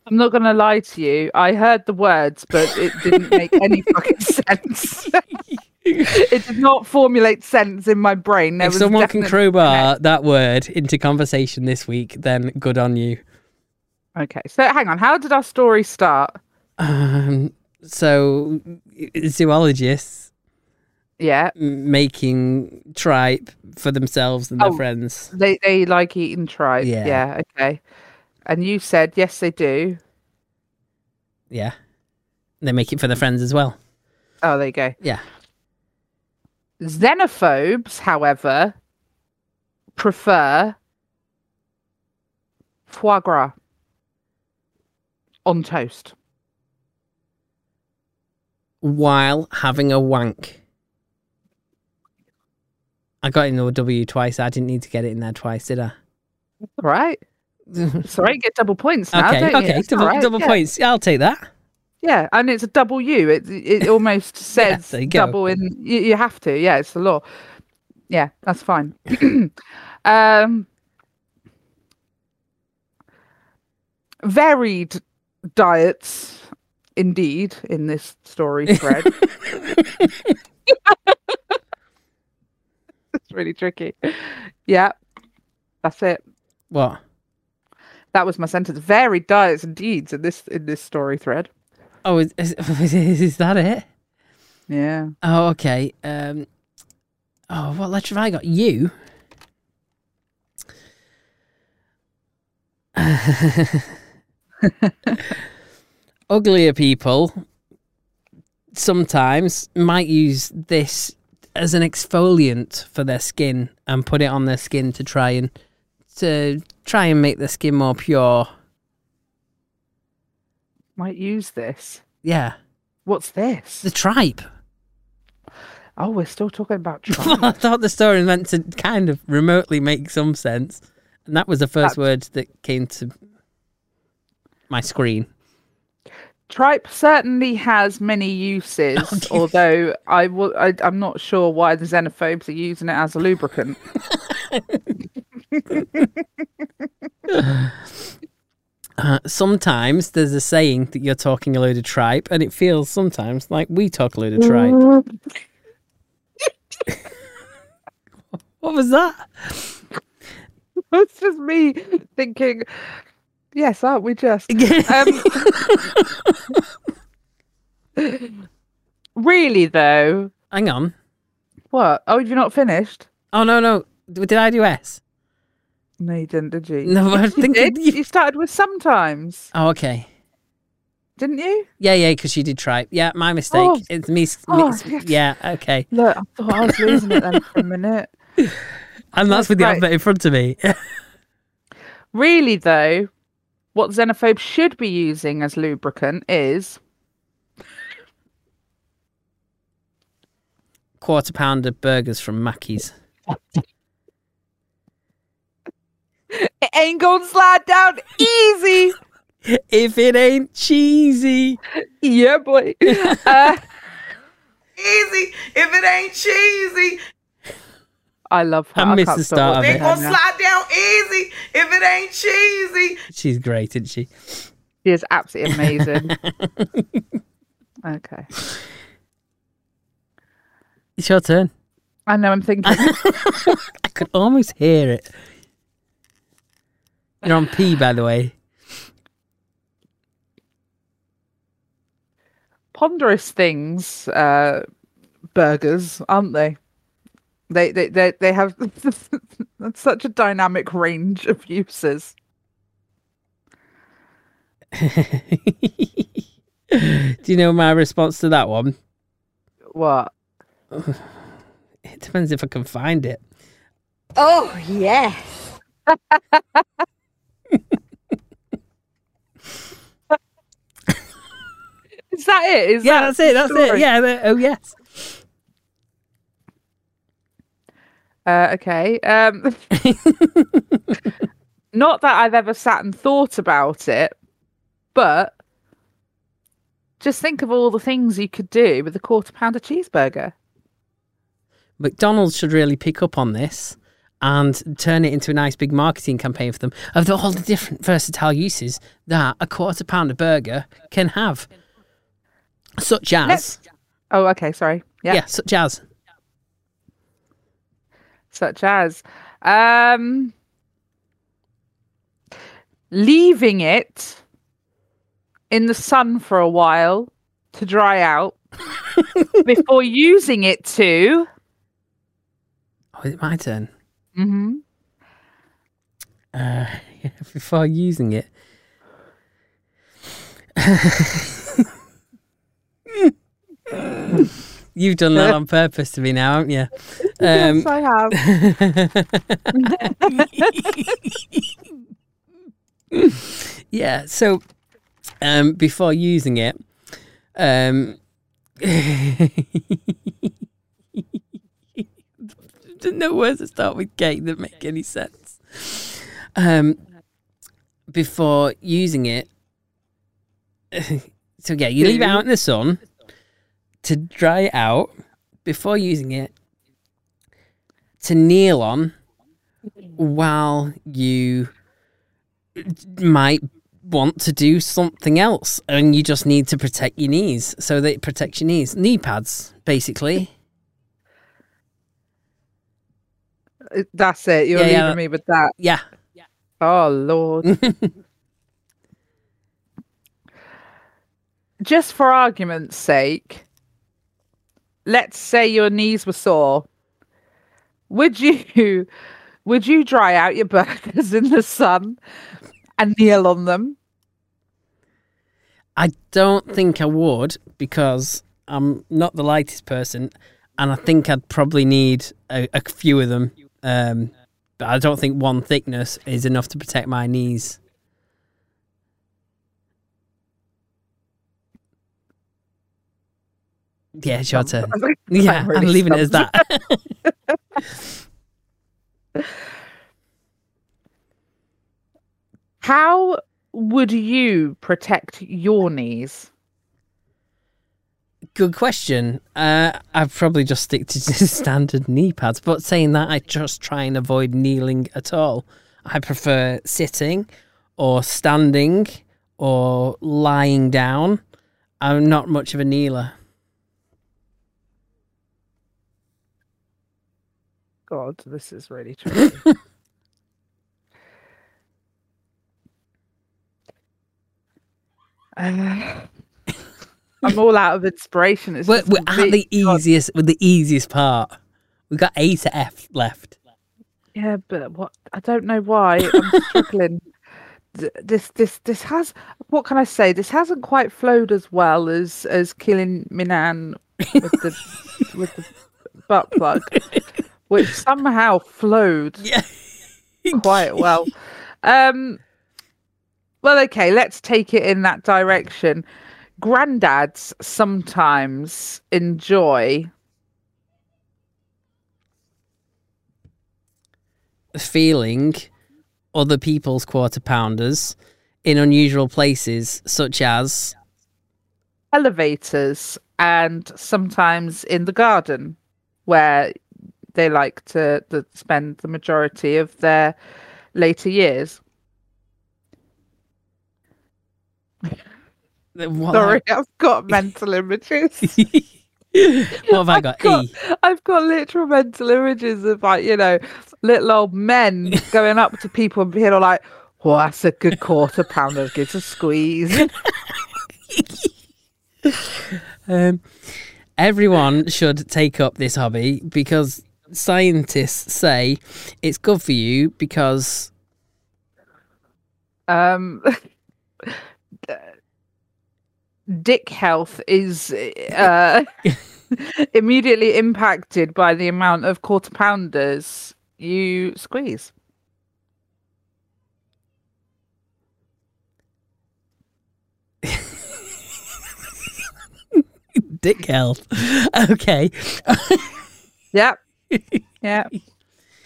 I'm not going to lie to you. I heard the words, but it didn't make any fucking sense. it did not formulate sense in my brain. There if was someone can definite- crowbar that word into conversation this week, then good on you. Okay, so hang on. How did our story start? Um, so, zoologists Yeah, m- making tripe for themselves and their Oh. friends. they they like eating tripe. Yeah. yeah, okay. And you said yes, they do. Yeah. They make it for their friends as well. Oh, there you go. Yeah. Xenophobes, however, prefer foie gras on toast. While having a wank. I got in the W twice. I didn't need to get it in there twice, did I? All right. Sorry, you get double points now. okay, don't you? okay. It's all Double, right, double yeah, points. Yeah, I'll take that. Yeah, and it's a double U. It it almost says there you go. double in. You, you have to. Yeah, it's the law. Yeah, that's fine. um, varied diets, indeed, in this story thread. it's really tricky. Yeah, that's it. What? That was my sentence. Varied diets and deeds in this in this story thread. Oh, is, is, is, is that it? Yeah. Oh, okay. Um, oh, what letter have I got? You. Uglier people sometimes might use this as an exfoliant for their skin and put it on their skin to try and to try and make their skin more pure. Might use this. Yeah, What's this? the tripe. Oh, we're still talking about tripe. I thought the story meant to kind of remotely make some sense, and that was the first That- word that came to my screen. tripe certainly has many uses, although I will. I, I'm not sure why the xenophobes are using it as a lubricant. Uh, sometimes there's a saying that you're talking a load of tripe, and it feels sometimes like we talk a load of tripe. what was that? it's just me thinking, yes, aren't we just? Um, really though, Hang on. what? Oh, you're not finished? Oh no no. Did I do S? No, you didn't, did you? No, I you think. did. You started with sometimes, Oh okay. didn't you? Yeah yeah, because she did tripe. Yeah, my mistake. Oh. It's me. Oh, me- yes. Yeah okay. Look, I thought I was losing it then for a minute. And that's with the Right. alphabet in front of me. Really though, what xenophobes should be using as lubricant is Quarter pounder burgers from Mackey's. it ain't gonna slide down easy. If it ain't cheesy. yeah, boy. Uh, Easy if it ain't cheesy. I love her. I missed can't the stop start watching of They it. her gonna now. slide down easy if it ain't cheesy. She's great, isn't she? She is absolutely amazing. okay. It's your turn. I know I'm thinking I could almost hear it. You're on P, by the way. ponderous things, uh, burgers, aren't they? They they they, they have such a dynamic range of uses. Do you know my response to that one? What? It depends if I can find it. Oh, yeah. Is that it? Is yeah, that that's it. That's it. story? Yeah. the- oh yes. Uh, okay. Um, not that I've ever sat and thought about it, but just think of all the things you could do with a quarter pounder cheeseburger. McDonald's should really pick up on this and turn it into a nice big marketing campaign for them of the- all the different versatile uses that a quarter pounder burger can have, such as Let's- Oh, okay. Sorry. Yeah. yeah, such as Such as um, leaving it in the sun for a while to dry out before using it to. oh, is it my turn? Mhm. uh, before using it. You've done that on purpose to me now, haven't you? Um, yes, I have. yeah. So, um, before using it, um, don't know where to start with cake that make any sense. Um, before using it, so yeah, you leave it out in the sun to dry it out before using it to kneel on while you might want to do something else and you just need to protect your knees so that it protects your knees knee pads basically That's it. You're Yeah, yeah. leaving me with that. yeah Oh Lord. just for argument's sake, let's say your knees were sore. Would you would you dry out your burgers in the sun and kneel on them? I don't think I would because I'm not the lightest person, and I think I'd probably need a, a few of them. Um, but I don't think one thickness is enough to protect my knees. Yeah, it's your turn. Yeah, really I'm leaving it as that. How would you protect your knees? Good question. Uh, I'd probably just stick to just standard knee pads, but saying that, I just try and avoid kneeling at all. I prefer sitting or standing or lying down. I'm not much of a kneeler. God, this is really tricky. Uh, I'm all out of inspiration. It's We're, just we're at complete- the easiest, with the easiest part. We've got A to F left. Yeah, but what I don't know why I'm struggling. Th- This this this has what can I say? This hasn't quite flowed as well as as killing Minan with the with the butt plug, which somehow flowed Yeah. quite well. Um, well, okay, let's take it in that direction. Granddads sometimes enjoy feeling other people's quarter pounders in unusual places, such as elevators and sometimes in the garden where they like to, to spend the majority of their later years. what Sorry, I've got mental images. what have I got? God. E. I've got literal mental images of like, you know, little old men going up to people and being all like, well, that's a good quarter pounder, gives a squeeze. Um, everyone should take up this hobby because scientists say it's good for you because um dick health is uh immediately impacted by the amount of quarter pounders you squeeze dick health. okay. yep yep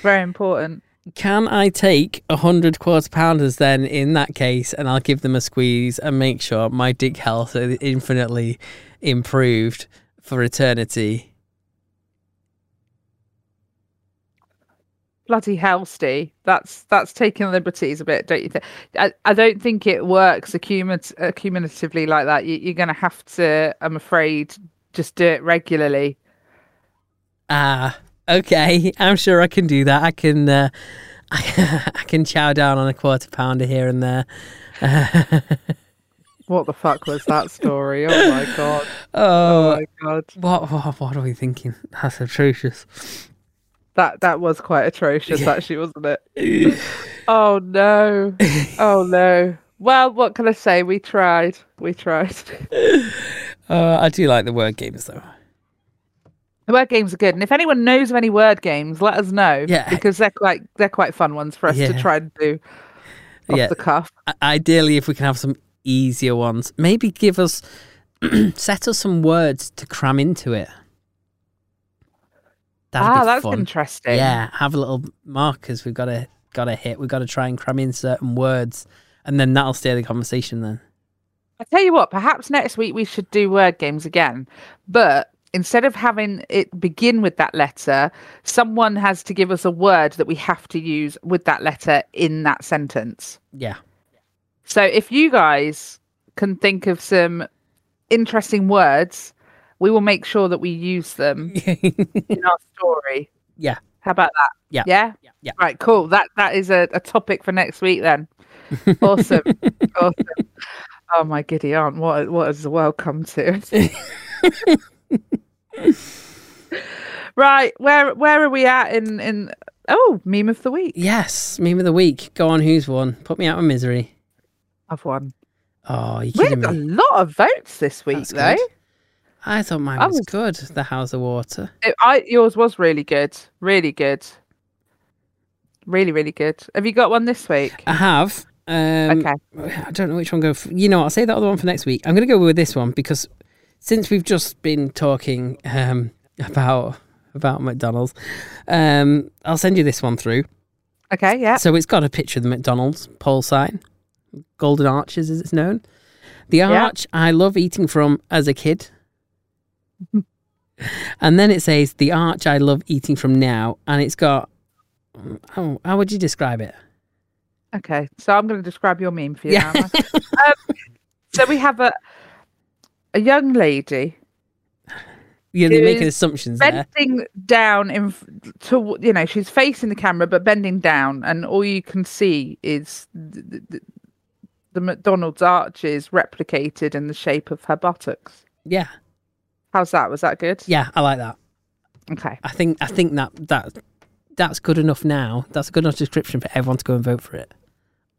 very important Can I take a hundred quarter pounders then in that case and I'll give them a squeeze and make sure my dick health is infinitely improved for eternity? bloody hell steve that's that's taking liberties a bit don't you think i, I don't think it works accumu- uh, cumulatively like that you, you're gonna have to i'm afraid just do it regularly Ah, okay. I'm sure I can do that. I can, uh, I, can chow down on a quarter pounder here and there. what the fuck was that story oh my god Oh, oh my god what, what, what are we thinking? That's atrocious. That that was quite atrocious, actually, wasn't it? oh no! Oh no! Well, what can I say? We tried. We tried. Uh, I do like the word games though. The word games are good, and if anyone knows of any word games, let us know. Yeah. because they're quite they're quite fun ones for us Yeah. to try and do off Yeah. the cuff. I- ideally, if we can have some easier ones, maybe give us, set us some words to cram into it. That'd ah, be that's fun. interesting. Yeah, have little markers. We've got to got to hit. We've got to try and cram in certain words, and then that'll steer the conversation. Then. I tell you what, perhaps next week we should do word games again, but instead of having it begin with that letter, someone has to give us a word that we have to use with that letter in that sentence. Yeah. So if you guys can think of some interesting words, we will make sure that we use them in our story. Yeah. How about that? Yeah. Yeah. Yeah. Right. Cool. That that is a, a topic for next week then. Awesome. awesome. Oh my giddy aunt, what what has the world come to? right, where where are we at in in oh meme of the week? Yes, meme of the week. Go on, who's won? Put me out of misery. I've won. Oh, you We kidding had a me? lot of votes this week That's though. good. I thought mine I was was- good. The House of Water. It- I yours was really good, really good, really really good. Have you got one this week? I have. Um, okay, I don't know which one go. For. You know, I'll say the other one for next week. I'm going to go with this one because since we've just been talking um, about about McDonald's, um, I'll send you this one through. okay, yeah. So it's got a picture of the McDonald's pole sign, Golden Arches as it's known. The Yeah. arch I love eating from as a kid. and then it says the arch I love eating from now, and it's got. Oh, how would you describe it? Okay, so I'm going to describe your meme for you. Yeah. now. am I? um, so we have a a young lady You're making is assumptions there. bending down in f- to you know she's facing the camera but bending down, and all you can see is the, the, the McDonald's arches replicated in the shape of her buttocks. Yeah, How's that? Was that good? yeah, I like that. Okay. I think I think that that that's good enough now. That's a good enough description for everyone to go and vote for it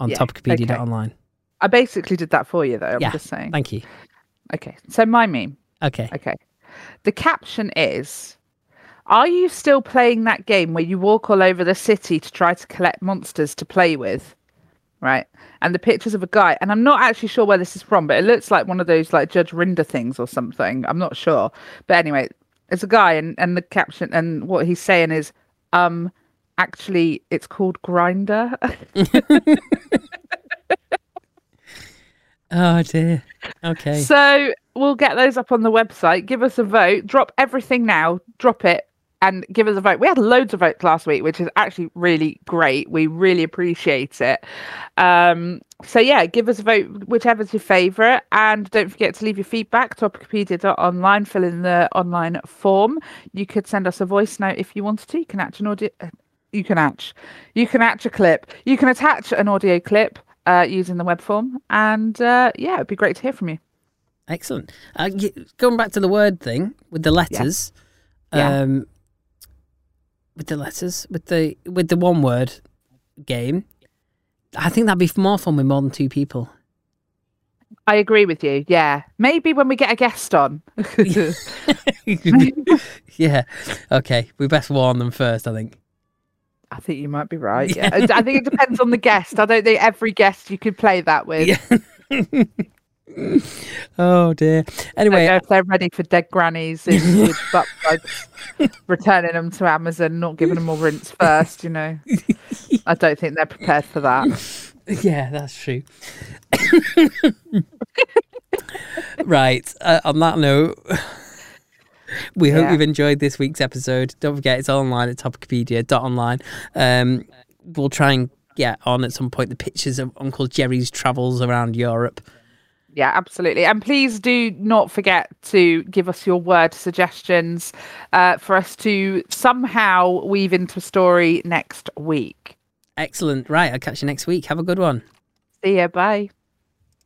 on Yeah, topicopedia.online. I basically did that for you though. I'm Yeah, just saying. Thank you. Okay. So my meme. Okay. Okay. The caption is Are you still playing that game where you walk all over the city to try to collect monsters to play with? Right. And the pictures of a guy, and I'm not actually sure where this is from, but it looks like one of those like Judge Rinder things or something. I'm not sure. But anyway, it's a guy and, and the caption and what he's saying is, um, actually it's called grinder. Oh dear. Okay. So we'll get those up on the website. Give us a vote. Drop everything now. Drop it and give us a vote. We had loads of votes last week, which is actually really great. We really appreciate it. Um, so yeah, give us a vote, whichever's your favourite, and don't forget to leave your feedback. Topicopedia.online. Fill in the online form. You could send us a voice note if you wanted to. You can attach an audio. uh, You can attach. You can attach a clip. You can attach an audio clip. Uh, using the web form, and uh, yeah, it'd be great to hear from you. Excellent. Uh, y- going back to the word thing with the letters, Yeah. um, with the letters, with the with the one word game, I think that'd be more fun with more than two people. I agree with you. Yeah. Maybe when we get a guest on. yeah. Okay. We best warn them first. I think. I think you might be right. Yeah. I- I think it depends on the guest. I don't think every guest you could play that with. Yeah. Oh dear. I don't Anyway, know if they're ready for dead grannies in, with butt plugs, returning them to Amazon, not giving them a rinse first, you know. I don't think they're prepared for that. Yeah, that's true. right. Uh, on that note, we hope Yeah. you've enjoyed this week's episode. Don't forget, it's online at topicopedia.online. Um, we'll try and get on at some point the pictures of Uncle Jerry's travels around Europe. Yeah, absolutely. And please do not forget to give us your word suggestions uh, for us to somehow weave into a story next week. Excellent. Right. I'll catch you next week. Have a good one. See ya. Bye.